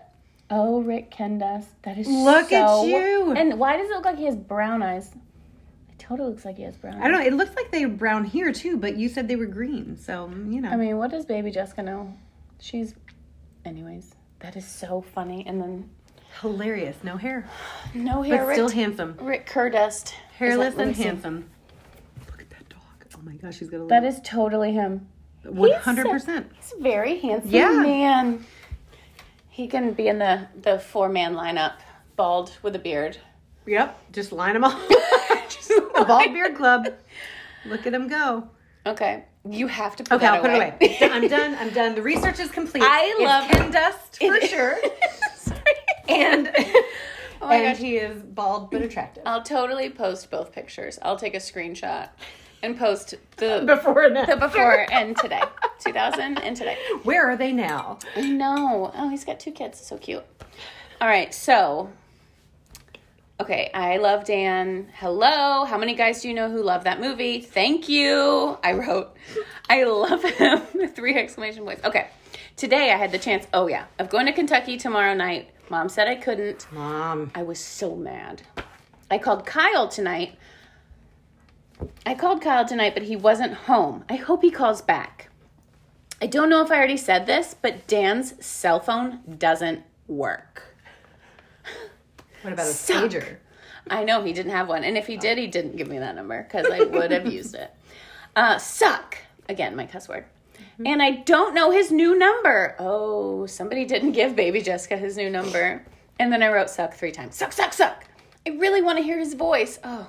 Speaker 1: Oh, Rick Kendus. That is
Speaker 2: Look at
Speaker 1: so-
Speaker 2: you.
Speaker 1: And why does it look like he has brown eyes? It totally looks like he has brown.
Speaker 2: I don't know. It looks like they were brown here too, but you said they were green, so you know.
Speaker 1: I mean, what does Baby Jessica know? She's, anyways. That is so funny. And then
Speaker 2: Hilarious. No hair,
Speaker 1: no
Speaker 2: but
Speaker 1: hair. Rick,
Speaker 2: still handsome.
Speaker 1: Rick Kerdust.
Speaker 2: Hairless
Speaker 1: Is that- let
Speaker 2: and
Speaker 1: me see.
Speaker 2: handsome. Look at that dog. Oh my gosh, he's got a
Speaker 1: That is totally him.
Speaker 2: one hundred percent.
Speaker 1: He's a very handsome
Speaker 2: Yeah.
Speaker 1: man. He can be in the the four man lineup, bald with a beard. <laughs>
Speaker 2: Yep. Just line them all. <laughs>
Speaker 1: Just
Speaker 2: the
Speaker 1: like-
Speaker 2: bald beard club. Look at him go.
Speaker 1: Okay, you have to put
Speaker 2: Okay,
Speaker 1: that
Speaker 2: I'll put
Speaker 1: away. <laughs>
Speaker 2: it away. I'm done. I'm done. The research is complete.
Speaker 1: I
Speaker 2: It's
Speaker 1: love-
Speaker 2: Ken Dust for
Speaker 1: It- <laughs>
Speaker 2: sure.
Speaker 1: Sorry.
Speaker 2: And
Speaker 1: Oh my
Speaker 2: <laughs>
Speaker 1: gosh.
Speaker 2: and he is bald but attractive.
Speaker 1: I'll totally post both pictures. I'll take a screenshot and post the
Speaker 2: Before and
Speaker 1: the <laughs>
Speaker 2: <laughs>
Speaker 1: before and today, 2000 and today.
Speaker 2: Where are they now?
Speaker 1: No, oh, he's got two kids. So cute. All right, so okay, I love Dan. Hello, how many guys do you know who love that movie? Thank you. I wrote, I love him. <laughs> Three exclamation points. Okay, today I had the chance. Oh yeah, of going to Kentucky tomorrow night. Mom said I couldn't.
Speaker 2: Mom.
Speaker 1: I was so mad. I called Kyle tonight. I called Kyle tonight, but he wasn't home. I hope he calls back. I don't know if I already said this, but Dan's cell phone doesn't work.
Speaker 2: What about a
Speaker 1: Suck.
Speaker 2: stager?
Speaker 1: I know he didn't have one. And if he did, he didn't give me that number because I would have used
Speaker 2: <laughs>
Speaker 1: it. Uh, suck. Again, my cuss word. And I don't know his new number. Oh, somebody didn't give baby Jessica his new number. And then I wrote suck three times. Suck, suck, suck. I really want to hear his voice. Oh,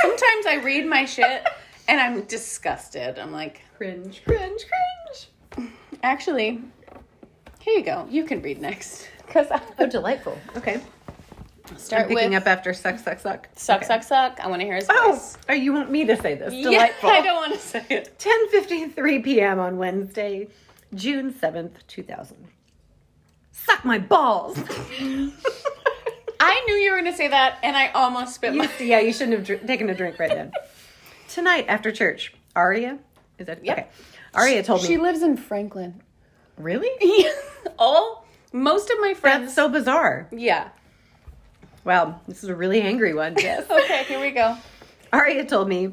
Speaker 1: sometimes I read my shit and I'm disgusted. I'm like,
Speaker 2: Cringe, cringe, cringe.
Speaker 1: actually, here you go. You can read
Speaker 2: <laughs>
Speaker 1: next. Because
Speaker 2: Oh,
Speaker 1: I'll
Speaker 2: delightful. Okay.
Speaker 1: start
Speaker 2: Picking
Speaker 1: with
Speaker 2: up after suck, suck, suck.
Speaker 1: suck,
Speaker 2: Okay.
Speaker 1: suck, suck. I want to hear his
Speaker 2: Oh,
Speaker 1: voice.
Speaker 2: oh, you want me to say
Speaker 1: <laughs>
Speaker 2: this?
Speaker 1: Yeah,
Speaker 2: Delightful.
Speaker 1: I don't want to say it.
Speaker 2: 10:53 p.m. on Wednesday, June 7th, 2000. Suck my balls. <laughs>
Speaker 1: I knew you were going to say that, and I almost spit
Speaker 2: You-
Speaker 1: my.
Speaker 2: yeah, you shouldn't have dr- taken a drink right then. Tonight after church, Aria is that
Speaker 1: Yep.
Speaker 2: okay? Aria told me.
Speaker 1: lives in Franklin.
Speaker 2: really?
Speaker 1: <laughs> All most of my
Speaker 2: That's
Speaker 1: friends.
Speaker 2: so bizarre.
Speaker 1: yeah.
Speaker 2: Wow, this is a really
Speaker 1: <laughs>
Speaker 2: angry one. Yes.
Speaker 1: Okay, here we go.
Speaker 2: Aria told me,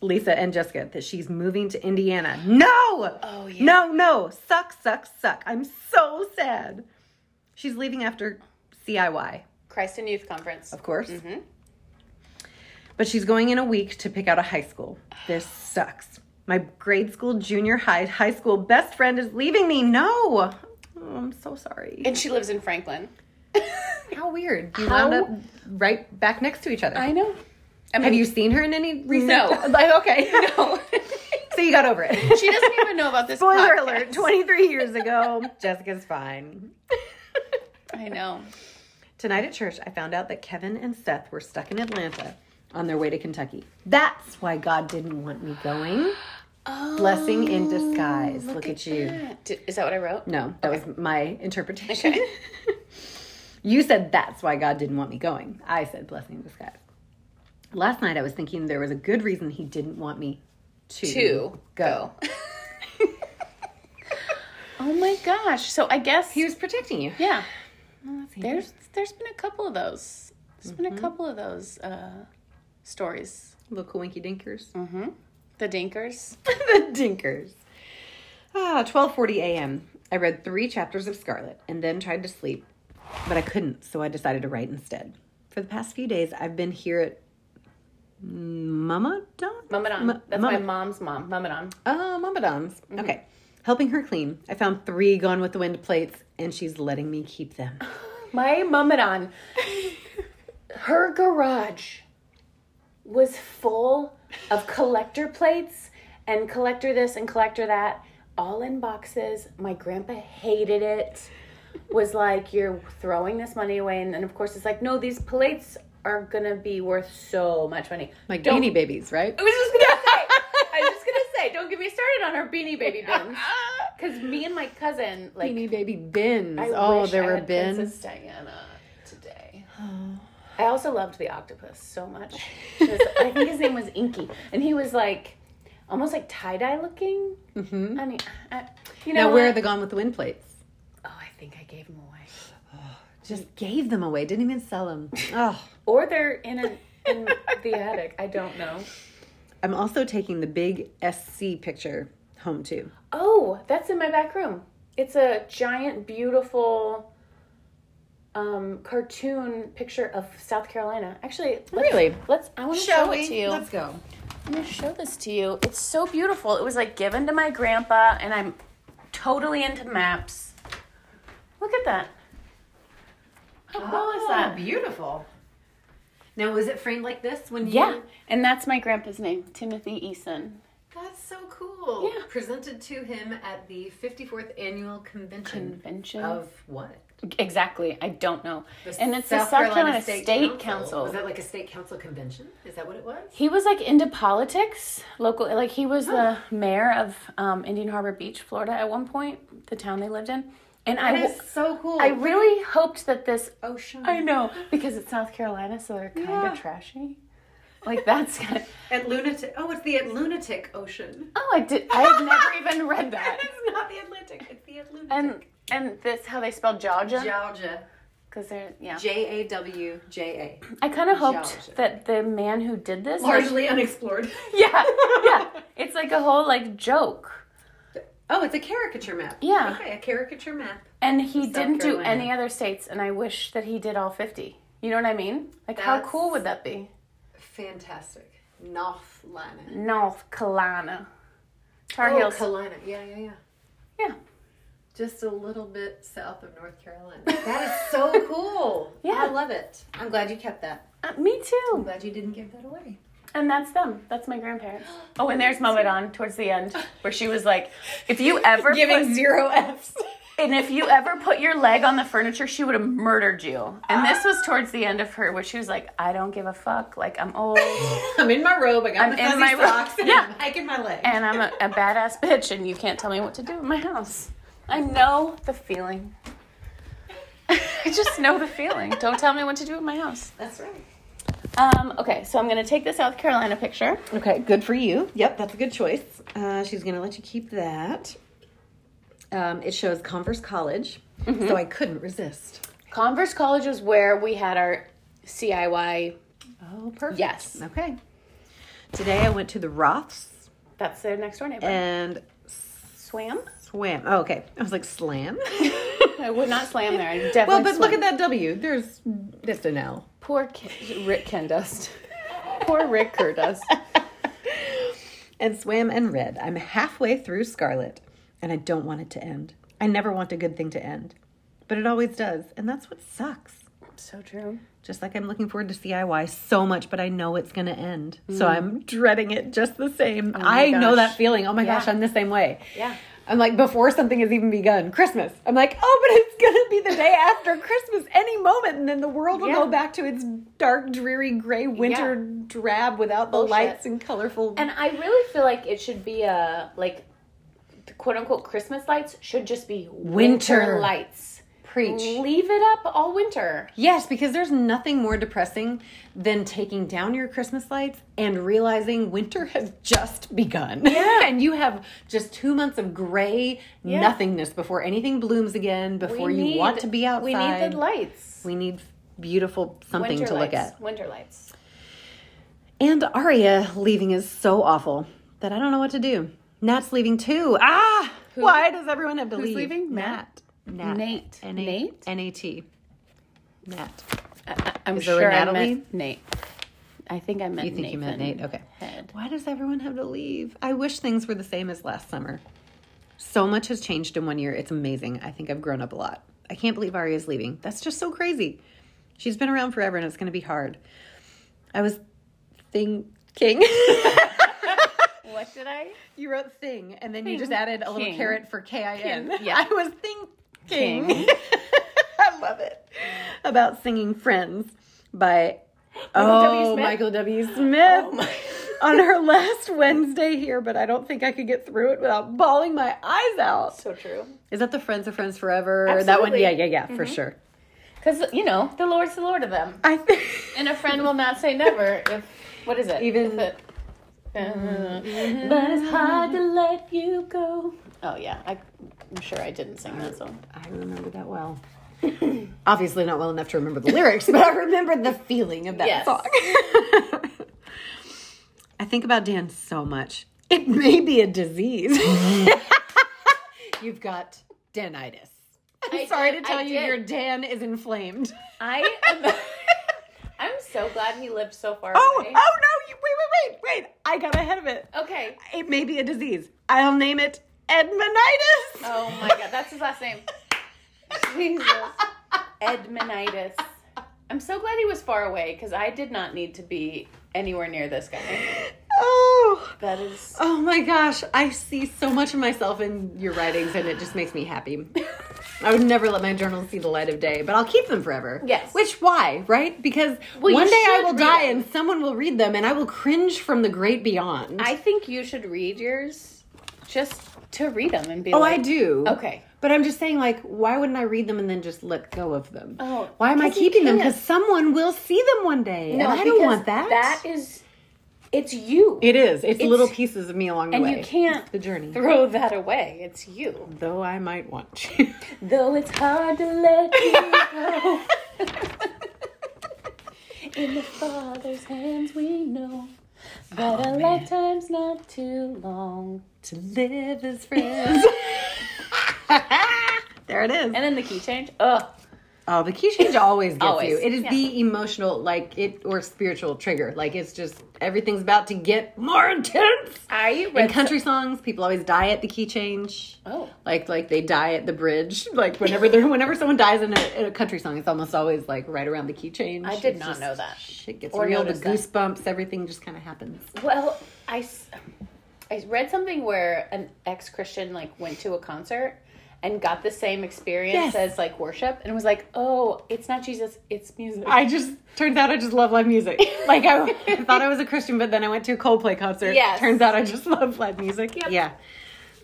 Speaker 2: Lisa and Jessica, that she's moving to Indiana. No! Oh,
Speaker 1: yeah.
Speaker 2: No, no. Suck, suck, suck. I'm so sad. She's leaving after CIY,
Speaker 1: Christ and Youth Conference.
Speaker 2: of course. But she's going in a week to pick out a high school. <sighs> This sucks. My grade school, junior high, high school best friend is leaving me. No. Oh, I'm so sorry.
Speaker 1: And she lives in Franklin.
Speaker 2: How weird. You
Speaker 1: How-
Speaker 2: wound up right back next to each other.
Speaker 1: I know. I mean,
Speaker 2: Have you seen her in any
Speaker 1: <laughs>
Speaker 2: recent?
Speaker 1: No.
Speaker 2: Like, okay.
Speaker 1: No.
Speaker 2: <laughs> So you got over it. <laughs>
Speaker 1: she doesn't even know about this.
Speaker 2: Spoiler
Speaker 1: podcast.
Speaker 2: alert, 23 years ago, <laughs> Jessica's fine.
Speaker 1: I know.
Speaker 2: Tonight at church, I found out that Kevin and Seth were stuck in Atlanta on their way to Kentucky. That's why God didn't want me going.
Speaker 1: Oh,
Speaker 2: Blessing in disguise. Look, at, you.
Speaker 1: Did- Is that what I wrote?
Speaker 2: No, that was my interpretation.
Speaker 1: Okay.
Speaker 2: <laughs> you said that's why God didn't want me going. I said blessing in disguise. Last night, I was thinking there was a good reason he didn't want me to,
Speaker 1: To
Speaker 2: go.
Speaker 1: <laughs> Oh my gosh. So I guess
Speaker 2: He was protecting you.
Speaker 1: yeah.
Speaker 2: There's
Speaker 1: There's there's been a couple of those. There's been a couple of those uh, stories.
Speaker 2: little winky dinkers.
Speaker 1: The Dinkers.
Speaker 2: <laughs> the Dinkers. Ah, 12:40 a.m. I read 3 chapters of Scarlet and then tried to sleep, but I couldn't, so I decided to write instead. For the past few days, I've been here at Mama Don.
Speaker 1: Mama Don.
Speaker 2: Ma-
Speaker 1: That's
Speaker 2: Mama-
Speaker 1: my mom's mom. Mama Don. Mm-hmm.
Speaker 2: Oh, Mama Don's. Okay. helping her clean. I found three Gone with the Wind plates, and she's letting me keep
Speaker 1: <laughs>
Speaker 2: them.
Speaker 1: My
Speaker 2: <laughs>
Speaker 1: mamadan, her garage was full of collector plates and collector this and collector that, all in boxes. My grandpa hated it. Was like, you're throwing this money away. And then, of course, it's like, no, these plates are gonna be worth so much money.
Speaker 2: Like
Speaker 1: Don't- Oh,
Speaker 2: beanie babies, right?
Speaker 1: I was just gonna say, I was just
Speaker 2: <laughs>
Speaker 1: gonna say, don't get me started on our beanie baby bins. Because me and my cousin, like,
Speaker 2: Beanie baby bins.
Speaker 1: ah! I
Speaker 2: oh,
Speaker 1: wish
Speaker 2: there
Speaker 1: I
Speaker 2: were
Speaker 1: had
Speaker 2: bins.
Speaker 1: Princess Diana
Speaker 2: <sighs>
Speaker 1: today. I also loved the octopus so much.
Speaker 2: <laughs>
Speaker 1: It was- I think his name was Inky, and he was like almost like tie dye looking. Mm-hmm. I mean, I, you know,
Speaker 2: Now, where are
Speaker 1: what?
Speaker 2: the Gone with the Wind plates?
Speaker 1: Oh, I think I gave him away.
Speaker 2: Just gave them away. Didn't even sell
Speaker 1: <laughs>
Speaker 2: them. Oh.
Speaker 1: Or they're in a,
Speaker 2: <laughs>
Speaker 1: in the attic. I don't know.
Speaker 2: I'm also taking the big SC picture home too.
Speaker 1: Oh, that's in my back room. It's a giant, beautiful um, cartoon picture of South Carolina. Actually, let's,
Speaker 2: Really?
Speaker 1: Let's. I want to show it to you.
Speaker 4: Let's go.
Speaker 1: I'm gonna show this to you. It's so beautiful. It was like given to my grandpa, and I'm totally into maps. Look at that. How cool
Speaker 2: Oh,
Speaker 1: is that?
Speaker 4: beautiful.
Speaker 2: Now, was it framed like this when
Speaker 1: Yeah, and that's my grandpa's name, Timothy Eason.
Speaker 2: That's so cool.
Speaker 1: Yeah.
Speaker 2: Presented to him at the 54th annual convention
Speaker 1: Convention.
Speaker 2: what?
Speaker 1: exactly. I don't know. and it's the South Carolina, State, Council.
Speaker 2: that like a state council convention? Is that what it was?
Speaker 1: He was like into politics, local. Like he was the mayor of um, Indian Harbor Beach, Florida, at one point, the town they lived in. And I,
Speaker 2: That
Speaker 1: w-
Speaker 2: is so cool.
Speaker 1: I really hoped that this
Speaker 2: Ocean.
Speaker 1: I know because it's South Carolina, so they're kind of
Speaker 2: Yeah.
Speaker 1: trashy. Like that's kind of.
Speaker 2: At Lunatic. Oh, it's the Atlantic Ocean. <laughs>
Speaker 1: Oh, I did. I had never even read that.
Speaker 2: It's not the Atlantic. It's the Atlantic.
Speaker 1: And and this how they spell Georgia
Speaker 2: Georgia.
Speaker 1: because they're yeah.
Speaker 2: J A W J A.
Speaker 1: I kind of hoped
Speaker 2: Georgia.
Speaker 1: that the man who did this,
Speaker 2: Largely unexplored. <laughs>
Speaker 1: yeah, yeah, it's like a whole like joke.
Speaker 2: Oh, it's a caricature map.
Speaker 1: Yeah.
Speaker 2: Okay, a caricature map.
Speaker 1: And he didn't do
Speaker 2: Carolina.
Speaker 1: any other states, and I wish that he did all fifty. You know what I mean? Like how
Speaker 2: That's-
Speaker 1: cool would that be?
Speaker 2: Fantastic. North Carolina.
Speaker 1: North Carolina, Tar
Speaker 2: Oh,
Speaker 1: Heels.
Speaker 2: Carolina. Yeah, yeah, yeah.
Speaker 1: yeah,
Speaker 2: Just a little bit south of North
Speaker 1: <laughs>
Speaker 2: Carolina. That is so cool.
Speaker 1: Yeah.
Speaker 2: I love it. I'm glad you kept that.
Speaker 1: uh, me too.
Speaker 2: I'm glad you didn't give that away.
Speaker 1: And that's them. That's my grandparents. Oh, and there's Mama Don towards the end, where she was like, "If you ever
Speaker 2: <laughs>
Speaker 1: put,
Speaker 2: zero F's.
Speaker 1: and if you ever put your leg on the furniture, she would have murdered you." And this was towards the end of her, where she was like, "I don't give a fuck. Like I'm old,
Speaker 2: <laughs> I'm in my robe. I got
Speaker 1: I'm
Speaker 2: my
Speaker 1: in
Speaker 2: fuzzy
Speaker 1: my robe.
Speaker 2: socks. And
Speaker 1: Yeah.
Speaker 2: I'm hiking my leg.
Speaker 1: and I'm a, a badass bitch, and you can't tell me what to do in my house." I know the feeling. <laughs> I just know the
Speaker 2: <laughs>
Speaker 1: feeling. Don't tell me what to do in my house.
Speaker 2: That's right.
Speaker 1: Um, okay, so I'm gonna take the South Carolina picture.
Speaker 2: Okay, good for you. Yep, that's a good choice. Uh, she's going to let you keep that. Um, it shows Converse College, so I couldn't resist.
Speaker 1: Converse College was where we had our CIY.
Speaker 2: Oh, perfect.
Speaker 1: Yes.
Speaker 2: Okay. Today I went to the Roths
Speaker 1: That's their next door neighbor.
Speaker 2: and
Speaker 1: swam?
Speaker 2: swam. Oh, okay. I was like, <laughs> slam?
Speaker 1: I would not slam there. I definitely
Speaker 2: well, but
Speaker 1: swam.
Speaker 2: look at that W. There's just an L.
Speaker 1: poor Ken, Rick Kendust. poor Rick Kerdust.
Speaker 2: and swam and read. I'm halfway through Scarlet, and I don't want it to end. I never want a good thing to end, but it always does, and that's what sucks.
Speaker 1: So true.
Speaker 2: Just like I'm looking forward to CIY so much, but I know it's going to end. So I'm dreading it just the same. I know
Speaker 1: Mm. gosh.
Speaker 2: that feeling. Oh my
Speaker 1: Yeah.
Speaker 2: gosh, I'm the same way.
Speaker 1: Yeah.
Speaker 2: I'm like, before something has even begun, Christmas. I'm like, oh, but it's going to be the day after Christmas any moment. And then the world will
Speaker 1: Yeah.
Speaker 2: go back to its dark, dreary, gray winter drab without the
Speaker 1: Bullshit.
Speaker 2: lights and colorful.
Speaker 1: And I really feel like it should be a like the quote unquote Christmas lights should just be winter,
Speaker 2: Winter.
Speaker 1: lights.
Speaker 2: Preach.
Speaker 1: Leave it up all winter.
Speaker 2: Yes, because there's nothing more depressing than taking down your Christmas lights and realizing winter has just begun. <laughs> Yeah. and you have just two months of gray
Speaker 1: Yeah.
Speaker 2: nothingness before anything blooms again, before you
Speaker 1: need-
Speaker 2: want to be outside.
Speaker 1: We need the lights.
Speaker 2: We need beautiful something
Speaker 1: winter
Speaker 2: to
Speaker 1: lights.
Speaker 2: look at.
Speaker 1: Winter lights.
Speaker 2: And Aria leaving is so awful that I don't know what to do. Nat's leaving too. Ah! Why does everyone have to leave?
Speaker 1: leaving?
Speaker 2: Nat. Nat.
Speaker 1: Nate.
Speaker 2: N A-
Speaker 1: Nate?
Speaker 2: N-A-T. Nat.
Speaker 1: I, am
Speaker 2: Is there a
Speaker 1: sure I
Speaker 2: Natalie?
Speaker 1: meant Nate. I think I meant
Speaker 2: You think you meant
Speaker 1: Nathan
Speaker 2: Nate? Okay.
Speaker 1: Head.
Speaker 2: Why does everyone have to leave? I wish things were the same as last summer. So much has changed in one year. It's amazing. I think I've grown up a lot. I can't believe Aria's leaving. That's just so crazy. She's been around forever and it's going to be hard. I was thinking. <laughs>
Speaker 1: What did <laughs> I?
Speaker 2: you wrote thing and then you just added a little
Speaker 1: King.
Speaker 2: carrot for K I N. <laughs>
Speaker 1: King. Yeah.
Speaker 2: I was thinking. <laughs> I love it. About singing Friends by
Speaker 3: W.
Speaker 2: oh,
Speaker 3: Smith?
Speaker 2: Michael W. Smith on her last Wednesday here, but I don't think I could get through it without bawling my eyes out.
Speaker 1: So true. <laughs>
Speaker 2: Is that the Friends of Friends Forever? That one?
Speaker 1: Absolutely.
Speaker 2: Yeah, yeah, yeah, for sure.
Speaker 1: Because, you know, the Lord's the Lord of them.
Speaker 2: Mm-hmm. I think.
Speaker 1: And a friend will not say never if, what is it?
Speaker 2: Even-
Speaker 1: If it- but it's hard to let you go. Mm-hmm. Oh, yeah. I, I'm sure I didn't sing that song.
Speaker 2: I remember that well. <clears throat> Obviously, not well enough to remember the lyrics, but I remember the feeling of that
Speaker 1: Yes.
Speaker 2: song. <laughs> I think about Dan so much. It may be a disease. <laughs>
Speaker 3: You've got
Speaker 2: Danitis.
Speaker 1: I
Speaker 2: Sorry
Speaker 1: did-
Speaker 2: to tell
Speaker 1: I
Speaker 2: you,
Speaker 1: did.
Speaker 2: your Dan is inflamed. <laughs>
Speaker 1: I am. I'm so glad he lived so far
Speaker 2: Oh, oh no!
Speaker 1: away.
Speaker 2: You, wait, wait, wait, wait! I got ahead of it.
Speaker 1: Okay.
Speaker 2: It may be a disease. I'll name it Edmonitis.
Speaker 1: Oh my god, that's his last name. <laughs> Jesus. Edmonitis. I'm so glad he was far away because I did not need to be anywhere near this guy.
Speaker 2: <laughs> Oh.
Speaker 1: That is.
Speaker 2: Oh my gosh, I see so much of myself in your writings and it just makes me happy. I would never let my journals see the light of day, but I'll keep them forever.
Speaker 1: Yes.
Speaker 2: Which why, right? Because
Speaker 1: you
Speaker 2: one day I
Speaker 1: should
Speaker 2: will
Speaker 1: read
Speaker 2: die
Speaker 1: them.
Speaker 2: and someone will read them and I will cringe from the great beyond.
Speaker 1: <laughs> I think you should read yours just to read them and be
Speaker 2: oh,
Speaker 1: like.
Speaker 2: I do.
Speaker 1: Okay.
Speaker 2: But I'm just saying, like, why wouldn't I read them and then just let go of them?
Speaker 1: Oh,
Speaker 2: why am I
Speaker 1: 'cause you
Speaker 2: keeping them?
Speaker 1: can't.
Speaker 2: Because someone will see them one day, and I don't
Speaker 1: because
Speaker 2: want that.
Speaker 1: That is. It's you.
Speaker 2: it is. It's,
Speaker 1: It's-
Speaker 2: little pieces of me along the
Speaker 1: and
Speaker 2: way.
Speaker 1: you can't
Speaker 2: the journey.
Speaker 1: throw that away. It's you.
Speaker 2: Though I might want to.
Speaker 1: Though it's hard to let <laughs> you go. In the Father's hands we know. But a lifetime's not too long.
Speaker 2: <laughs> to
Speaker 1: <laughs>
Speaker 2: live as friends. <laughs> there it is.
Speaker 1: And then the key change. Ugh.
Speaker 2: Oh, the key change always gets
Speaker 1: Always,
Speaker 2: you. It is
Speaker 1: yeah.
Speaker 2: the emotional, like it or spiritual trigger. Like it's just everything's about to get more intense.
Speaker 1: I
Speaker 2: In country songs, people always die at the key change.
Speaker 1: Oh.
Speaker 2: Like like they die at the bridge. Like whenever they're whenever someone dies in a, in a country song, it's almost always like right around the key change.
Speaker 1: I did
Speaker 2: It's
Speaker 1: not
Speaker 2: just-
Speaker 1: know that.
Speaker 2: Shit gets
Speaker 1: Or
Speaker 2: real. The
Speaker 1: notice that.
Speaker 2: goosebumps, everything just kind of happens.
Speaker 1: Well, I, s- I read something where an ex Christian like went to a concert and got the same experience
Speaker 2: Yes.
Speaker 1: as like worship and was like, oh, it's not Jesus, it's music.
Speaker 2: I just turns out I just love
Speaker 1: <laughs>
Speaker 2: live music. Like I, I thought I was a Christian, but then I went to a Coldplay concert.
Speaker 1: Yes.
Speaker 2: Turns out I just <laughs> love live music.
Speaker 1: Yep.
Speaker 2: Yeah.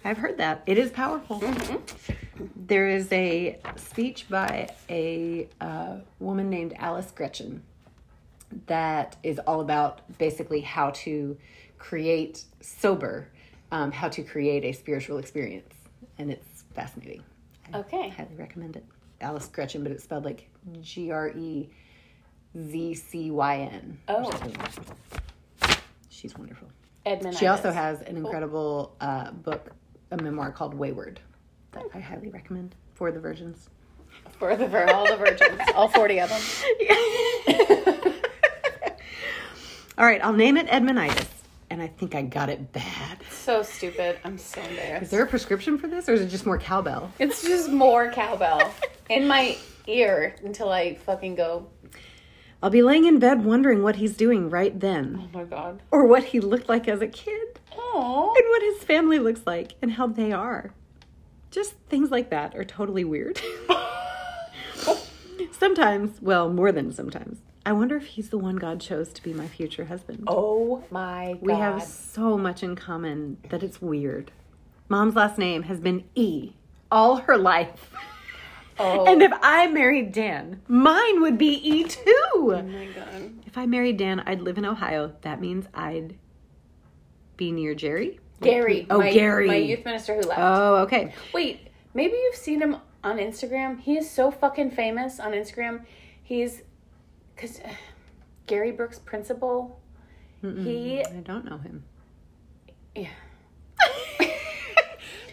Speaker 2: I've heard that. It is powerful.
Speaker 1: Mm-hmm.
Speaker 2: There is a speech by a uh, woman named Alice Gretchen that is all about basically how to create sober, um, how to create a spiritual experience. And it's fascinating. I
Speaker 1: okay.
Speaker 2: highly recommend it. Alice Gretchen, but it's spelled like G R E Z C Y N. or
Speaker 1: Oh.
Speaker 2: something like that. She's wonderful.
Speaker 1: Edmund.
Speaker 2: She also has an incredible uh, book, a memoir called Wayward, that I highly recommend for the virgins.
Speaker 1: For, the, for all the
Speaker 2: <laughs>
Speaker 1: virgins, all 40 of them.
Speaker 2: All right, I'll name it Edmonitis, and I think I got it bad.
Speaker 1: <laughs> So stupid. I'm so
Speaker 2: Is
Speaker 1: embarrassed.
Speaker 2: there a prescription for this, or is it just more cowbell?
Speaker 1: It's just more cowbell in my ear until I fucking go,
Speaker 2: I'll be laying in bed wondering what he's doing right then,
Speaker 1: oh my god.
Speaker 2: or what he looked like as a kid.
Speaker 1: Oh.
Speaker 2: and what his family looks like and how they are. Just things like that are
Speaker 1: <laughs>
Speaker 2: totally weird. sometimes, well, more than sometimes, I wonder if he's the one God chose to be my future husband.
Speaker 1: Oh my god.
Speaker 2: we have so much in common that it's weird. Mom's last name has been E all her life.
Speaker 1: Oh
Speaker 2: And if I married Dan, mine would be E too.
Speaker 1: my god.
Speaker 2: If I married Dan, I'd live in Ohio. That means I'd be near Jerry.
Speaker 1: Gary.
Speaker 2: Oh,
Speaker 1: my,
Speaker 2: Gary.
Speaker 1: My youth minister who left.
Speaker 2: Oh, okay.
Speaker 1: Wait, maybe you've seen him on Instagram. He is so fucking famous on Instagram. He's. Because Gary Brooks' principal. He.
Speaker 2: I don't know him.
Speaker 1: Yeah.
Speaker 2: <laughs>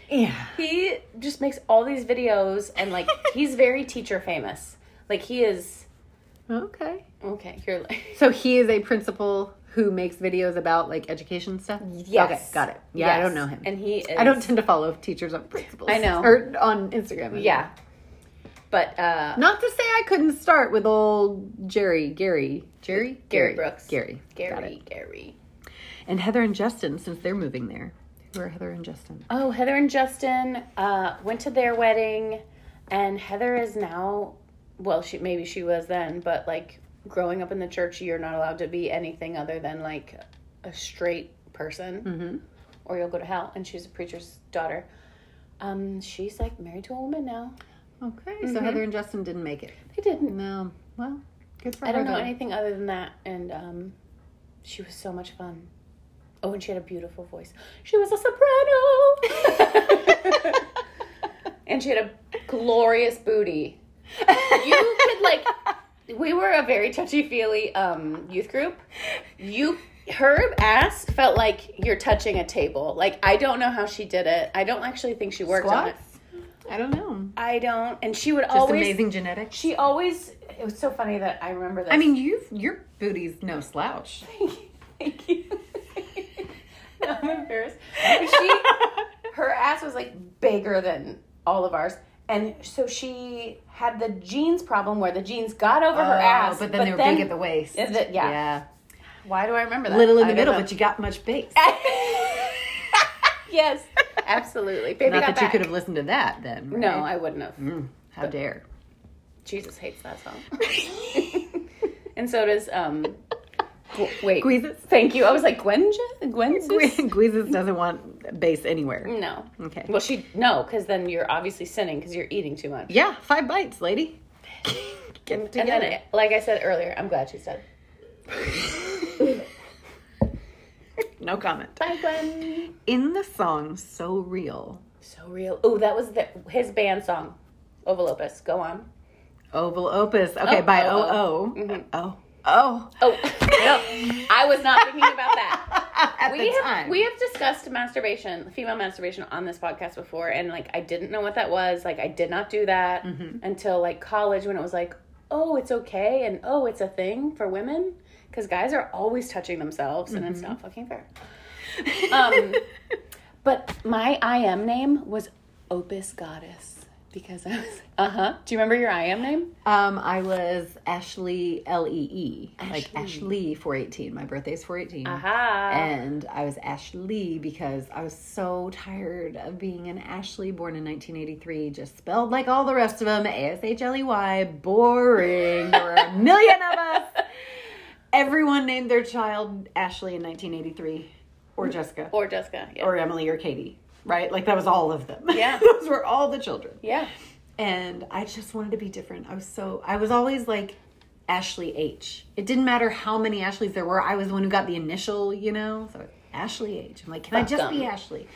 Speaker 2: Yeah.
Speaker 1: he just makes all these videos and
Speaker 2: <laughs>
Speaker 1: like he's very teacher famous like he is
Speaker 2: Okay.
Speaker 1: okay you're like
Speaker 2: So he is a principal who makes videos about like education stuff?
Speaker 1: Yes.
Speaker 2: Okay, got it. Yeah, I
Speaker 1: Yes.
Speaker 2: don't know him.
Speaker 1: And he is.
Speaker 2: I don't tend to follow teachers on principles.
Speaker 1: I know.
Speaker 2: <laughs> Or on Instagram. I mean.
Speaker 1: Yeah. But uh,
Speaker 2: Not to say I couldn't start with old Jerry, Gary, Jerry,
Speaker 1: Gary Brooks.
Speaker 2: Gary, Got it.
Speaker 1: Gary, Gary.
Speaker 2: and Heather and Justin since they're moving there. Who are Heather and Justin?
Speaker 1: Oh, Heather and Justin uh, went to their wedding, and Heather is now, well, she maybe she was then, but like growing up in the church, you're not allowed to be anything other than like a straight person,
Speaker 2: Mhm.
Speaker 1: or you'll go to hell. And she's a preacher's daughter. Um, she's like married to a woman now.
Speaker 2: Okay,
Speaker 1: Mm-hmm.
Speaker 2: so Heather and Justin didn't make it.
Speaker 1: They didn't.
Speaker 2: No, well, good for
Speaker 1: I don't know
Speaker 2: though.
Speaker 1: anything other than that, and um, she was so much fun. Oh, and she had a beautiful voice. She was a soprano, <laughs> and she had a glorious booty. You could like,
Speaker 2: <laughs>
Speaker 1: we were a very touchy feely um, youth group. You, her ass felt like you're touching a table. Like I don't know how she did it. I don't actually think she worked on it.
Speaker 2: Squats? I don't know.
Speaker 1: I don't, and she would
Speaker 2: Just
Speaker 1: always.
Speaker 2: amazing genetics.
Speaker 1: She always. It was so funny that I remember this.
Speaker 2: I mean, you your booty's no slouch.
Speaker 1: Thank you. <laughs> I'm embarrassed. But <laughs> she, her ass was like bigger than all of ours. And so she had the jeans problem where the jeans got over her ass.
Speaker 2: Oh, but then they were big at the waist.
Speaker 1: Is it- yeah. Why do I remember that?
Speaker 2: little in
Speaker 1: I
Speaker 2: the
Speaker 1: don't
Speaker 2: middle,
Speaker 1: <laughs> know.
Speaker 2: but you got much base.
Speaker 1: yes, absolutely. Baby
Speaker 2: Not
Speaker 1: got
Speaker 2: that
Speaker 1: back.
Speaker 2: you could have listened to that then.
Speaker 1: No,
Speaker 2: right?
Speaker 1: I wouldn't have.
Speaker 2: Mm, how
Speaker 1: <laughs>
Speaker 2: dare.
Speaker 1: Jesus hates that <laughs> song. and so does, um, Gu- wait.
Speaker 2: Gweezes?
Speaker 1: Thank you. I was like, Gwen? Gwen's?
Speaker 2: Gweezes doesn't want base anywhere.
Speaker 1: No.
Speaker 2: Okay.
Speaker 1: Well, she no, because then you're obviously sinning because you're eating too much.
Speaker 2: Yeah, five bites, lady. <laughs> Get it
Speaker 1: And
Speaker 2: together.
Speaker 1: then, like I said earlier, I'm glad she said.
Speaker 2: no comment.
Speaker 1: Bye, Gwen.
Speaker 2: In the song So Real,
Speaker 1: So real. Oh, that was the, his band song, Ovalopus. Go on.
Speaker 2: Oval Opus, okay,
Speaker 1: Oh,
Speaker 2: by
Speaker 1: oh,
Speaker 2: OO. Oh, oh. <laughs>
Speaker 1: Oh, no, I was not thinking about that.
Speaker 2: At
Speaker 1: We
Speaker 2: the
Speaker 1: have,
Speaker 2: time.
Speaker 1: we have discussed masturbation, female masturbation, on this podcast before, and like I didn't know what that was. Like I did not do that
Speaker 2: Mm-hmm.
Speaker 1: until like college when it was like, oh, it's okay, and oh, it's a thing for women because guys are always touching themselves, and
Speaker 2: Mm-hmm.
Speaker 1: it's not fucking fair.
Speaker 2: <laughs>
Speaker 1: Um, but my I am name was Opus Goddess because I was uh huh. Do you remember your I am name?
Speaker 2: um, I was Ashley L E E, like Ashley 418. My birthday's 418.
Speaker 1: Uh-huh. Aha.
Speaker 2: And I was Ashley because I was so tired of being an Ashley born in 1983, just spelled like all the rest of them A S H L E Y, boring. There
Speaker 1: <laughs>
Speaker 2: were a million of us. Everyone named their child Ashley in 1983,
Speaker 1: Mm-hmm.
Speaker 2: or Jessica,
Speaker 1: Or Jessica. Yeah.
Speaker 2: or Emily, or Katie, right? Like that was all of them.
Speaker 1: Yeah.
Speaker 2: <laughs> Those were all the children.
Speaker 1: yeah.
Speaker 2: And I just wanted to be different. I was so, I was always like, Ashley H. It didn't matter how many Ashleys there were. I was the one who got the initial, you know. So Ashley H. I'm like, can I
Speaker 1: Fuck
Speaker 2: just be
Speaker 1: 'em.
Speaker 2: Ashley?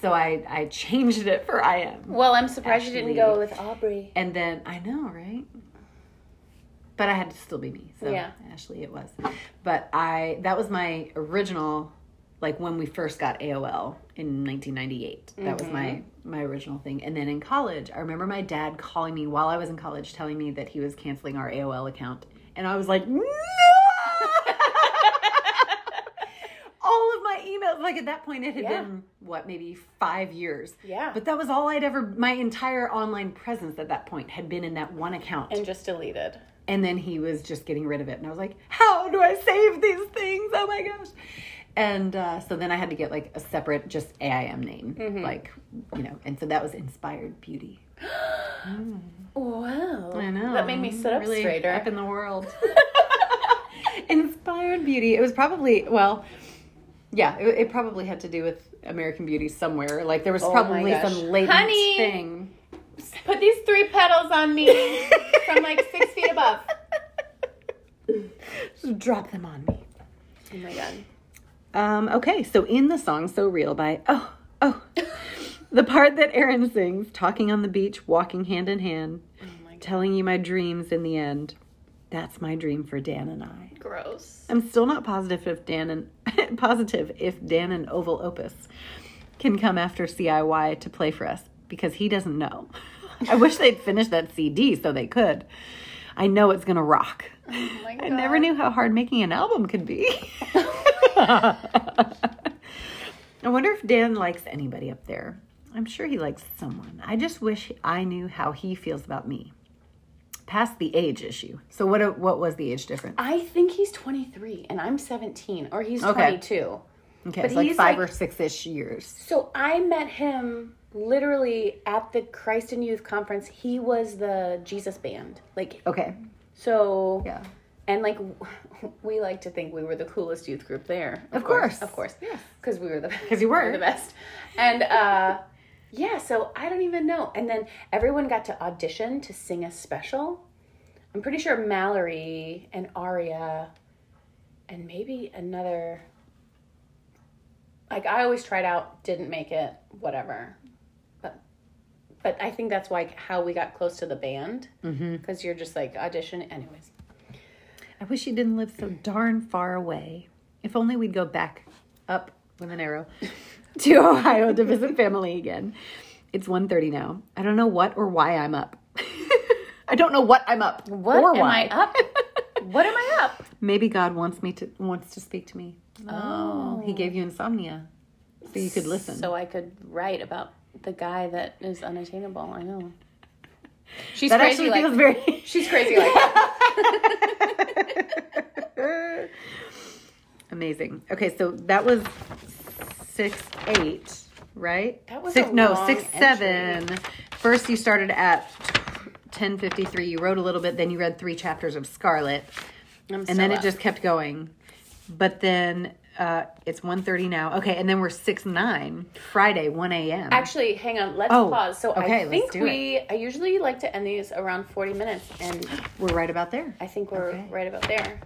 Speaker 2: So I I changed it for I am.
Speaker 1: Well, I'm surprised you didn't go
Speaker 2: Actually-
Speaker 1: with Aubrey.
Speaker 2: And then I know, right? But I had to still be me. So
Speaker 1: Yeah.
Speaker 2: Ashley it was. But I that was my original like when we first got AOL in 1998. That was my
Speaker 1: Mm-hmm.
Speaker 2: my original thing. And then in college, I remember my dad calling me while I was in college telling me that he was canceling our AOL account. And I was like,
Speaker 1: <laughs>
Speaker 2: "No!" all of my emails like at that point it had
Speaker 1: Yeah.
Speaker 2: been what maybe 5 years.
Speaker 1: Yeah.
Speaker 2: But that was all I'd ever, my entire online presence at that point had been in that one account.
Speaker 1: and just deleted.
Speaker 2: And then he was just getting rid of it. And I was like, how do I save these things? Oh my gosh. And uh, so then I had to get like a separate, just AIM name. Like, you know, and so that was Inspired Beauty.
Speaker 1: Wow.
Speaker 2: I know.
Speaker 1: That made me sit up
Speaker 2: really
Speaker 1: straighter.
Speaker 2: Up in the world. <laughs> Inspired Beauty. It was probably, well, yeah, it, it probably had to do with American Beauty somewhere. Like there was
Speaker 1: Oh my
Speaker 2: probably
Speaker 1: gosh.
Speaker 2: some latent
Speaker 1: Honey!
Speaker 2: thing.
Speaker 1: <laughs> Put these three petals on
Speaker 2: <laughs>
Speaker 1: me from like six feet above.
Speaker 2: Just drop them on me.
Speaker 1: Oh my god.
Speaker 2: Um, okay, so in the song So Real by Oh,
Speaker 1: <laughs>
Speaker 2: oh, the part that Aaron sings, talking on the beach, walking hand in hand,
Speaker 1: Oh my god.
Speaker 2: telling you my dreams in the end. That's my dream for Dan and I.
Speaker 1: Gross.
Speaker 2: I'm still not positive if Dan and <laughs> positive if Dan and Oval Opus can come after CIY to play for us because he doesn't know. <laughs> I wish they'd finished that CD so they could. I know it's gonna rock.
Speaker 1: Oh my god. <laughs>
Speaker 2: I never knew how hard making an album could be. I wonder if Dan likes anybody up there. I'm sure he likes someone. I just wish I knew how he feels about me. Past the age issue. So what what was the age difference?
Speaker 1: I think he's 23 and I'm 17 or he's
Speaker 2: Okay.
Speaker 1: 22.
Speaker 2: Okay,
Speaker 1: But
Speaker 2: it's like
Speaker 1: he's
Speaker 2: five
Speaker 1: like-
Speaker 2: or six ish years.
Speaker 1: So I met him literally at the Christ in Youth conference. He was the Jesus band. Like
Speaker 2: Okay,
Speaker 1: so
Speaker 2: yeah,
Speaker 1: and like <laughs> w- we like to think we were the coolest youth group there.
Speaker 2: Of course.
Speaker 1: Of course. Cuz we were the
Speaker 2: you
Speaker 1: <laughs> we
Speaker 2: were.
Speaker 1: the best. And uh yeah, so I don't even know. And then everyone got to audition to sing a special. I'm pretty sure Mallory and Aria and maybe another like I always tried out, didn't make it, whatever. But but I think that's like how we got close to the band
Speaker 2: Mm-hmm.
Speaker 1: because you're just like audition anyways.
Speaker 2: I wish he didn't live so darn far away. If only we'd go back up with an arrow <laughs> to Ohio to visit family again. It's 1.30 now. I don't know what or why I'm up. <laughs> I don't know what I'm up
Speaker 1: What
Speaker 2: or
Speaker 1: am
Speaker 2: why.
Speaker 1: I
Speaker 2: <laughs>
Speaker 1: up? what am I up?
Speaker 2: Maybe God wants me to wants to speak to me. Oh, he gave you insomnia so you could listen.
Speaker 1: So I could write about the guy that is unattainable. I
Speaker 2: <laughs>
Speaker 1: know. She's
Speaker 2: that
Speaker 1: crazy
Speaker 2: actually
Speaker 1: like
Speaker 2: <laughs> feels very
Speaker 1: she's crazy like that.
Speaker 2: <laughs> amazing. Okay, so that was six eight, right?
Speaker 1: That was
Speaker 2: six,
Speaker 1: a
Speaker 2: no
Speaker 1: long
Speaker 2: six seven. First, you started at ten fifty three. You wrote a little bit, then you read three chapters of Scarlet,
Speaker 1: <laughs> I'm so
Speaker 2: and then
Speaker 1: up.
Speaker 2: it just kept going. But then uh, it's 1.30 now. Okay, and then we're six nine Friday one a.m.
Speaker 1: Actually, hang on. Let's
Speaker 2: Oh,
Speaker 1: pause. So
Speaker 2: okay,
Speaker 1: I
Speaker 2: let's
Speaker 1: think
Speaker 2: do it.
Speaker 1: we. I usually like to end these around forty minutes, and
Speaker 2: we're right about there.
Speaker 1: I think we're
Speaker 2: Okay.
Speaker 1: right about there.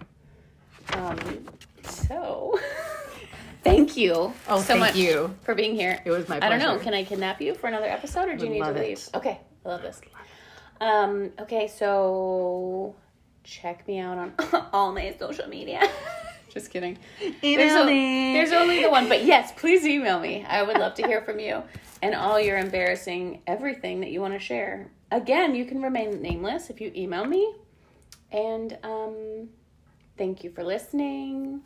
Speaker 1: Um,
Speaker 2: <laughs>
Speaker 1: so, <laughs> thank you
Speaker 2: Oh,
Speaker 1: so
Speaker 2: thank
Speaker 1: much
Speaker 2: you.
Speaker 1: for being here.
Speaker 2: It was my
Speaker 1: I don't know.
Speaker 2: pleasure.
Speaker 1: Can I kidnap you for another episode, or do you need to
Speaker 2: love it.
Speaker 1: leave? Okay, I love this. Um, okay, so check me out on <laughs> all my social media. <laughs> Just kidding. There's,
Speaker 2: Email
Speaker 1: o-
Speaker 2: me.
Speaker 1: there's only the one, but yes, please email me. I would love to hear from you and all your embarrassing everything that you want to share. Again, you can remain nameless if you email me. And um, thank you for listening.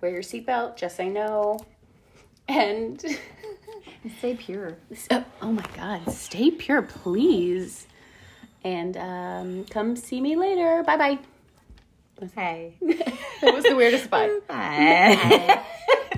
Speaker 1: Wear your seatbelt, just say no. And <laughs>
Speaker 2: Stay pure.
Speaker 1: oh my God, stay pure, please. And um, come see me later. Bye bye.
Speaker 2: Hey.
Speaker 1: That was the weirdest bye. <laughs>
Speaker 2: Bye.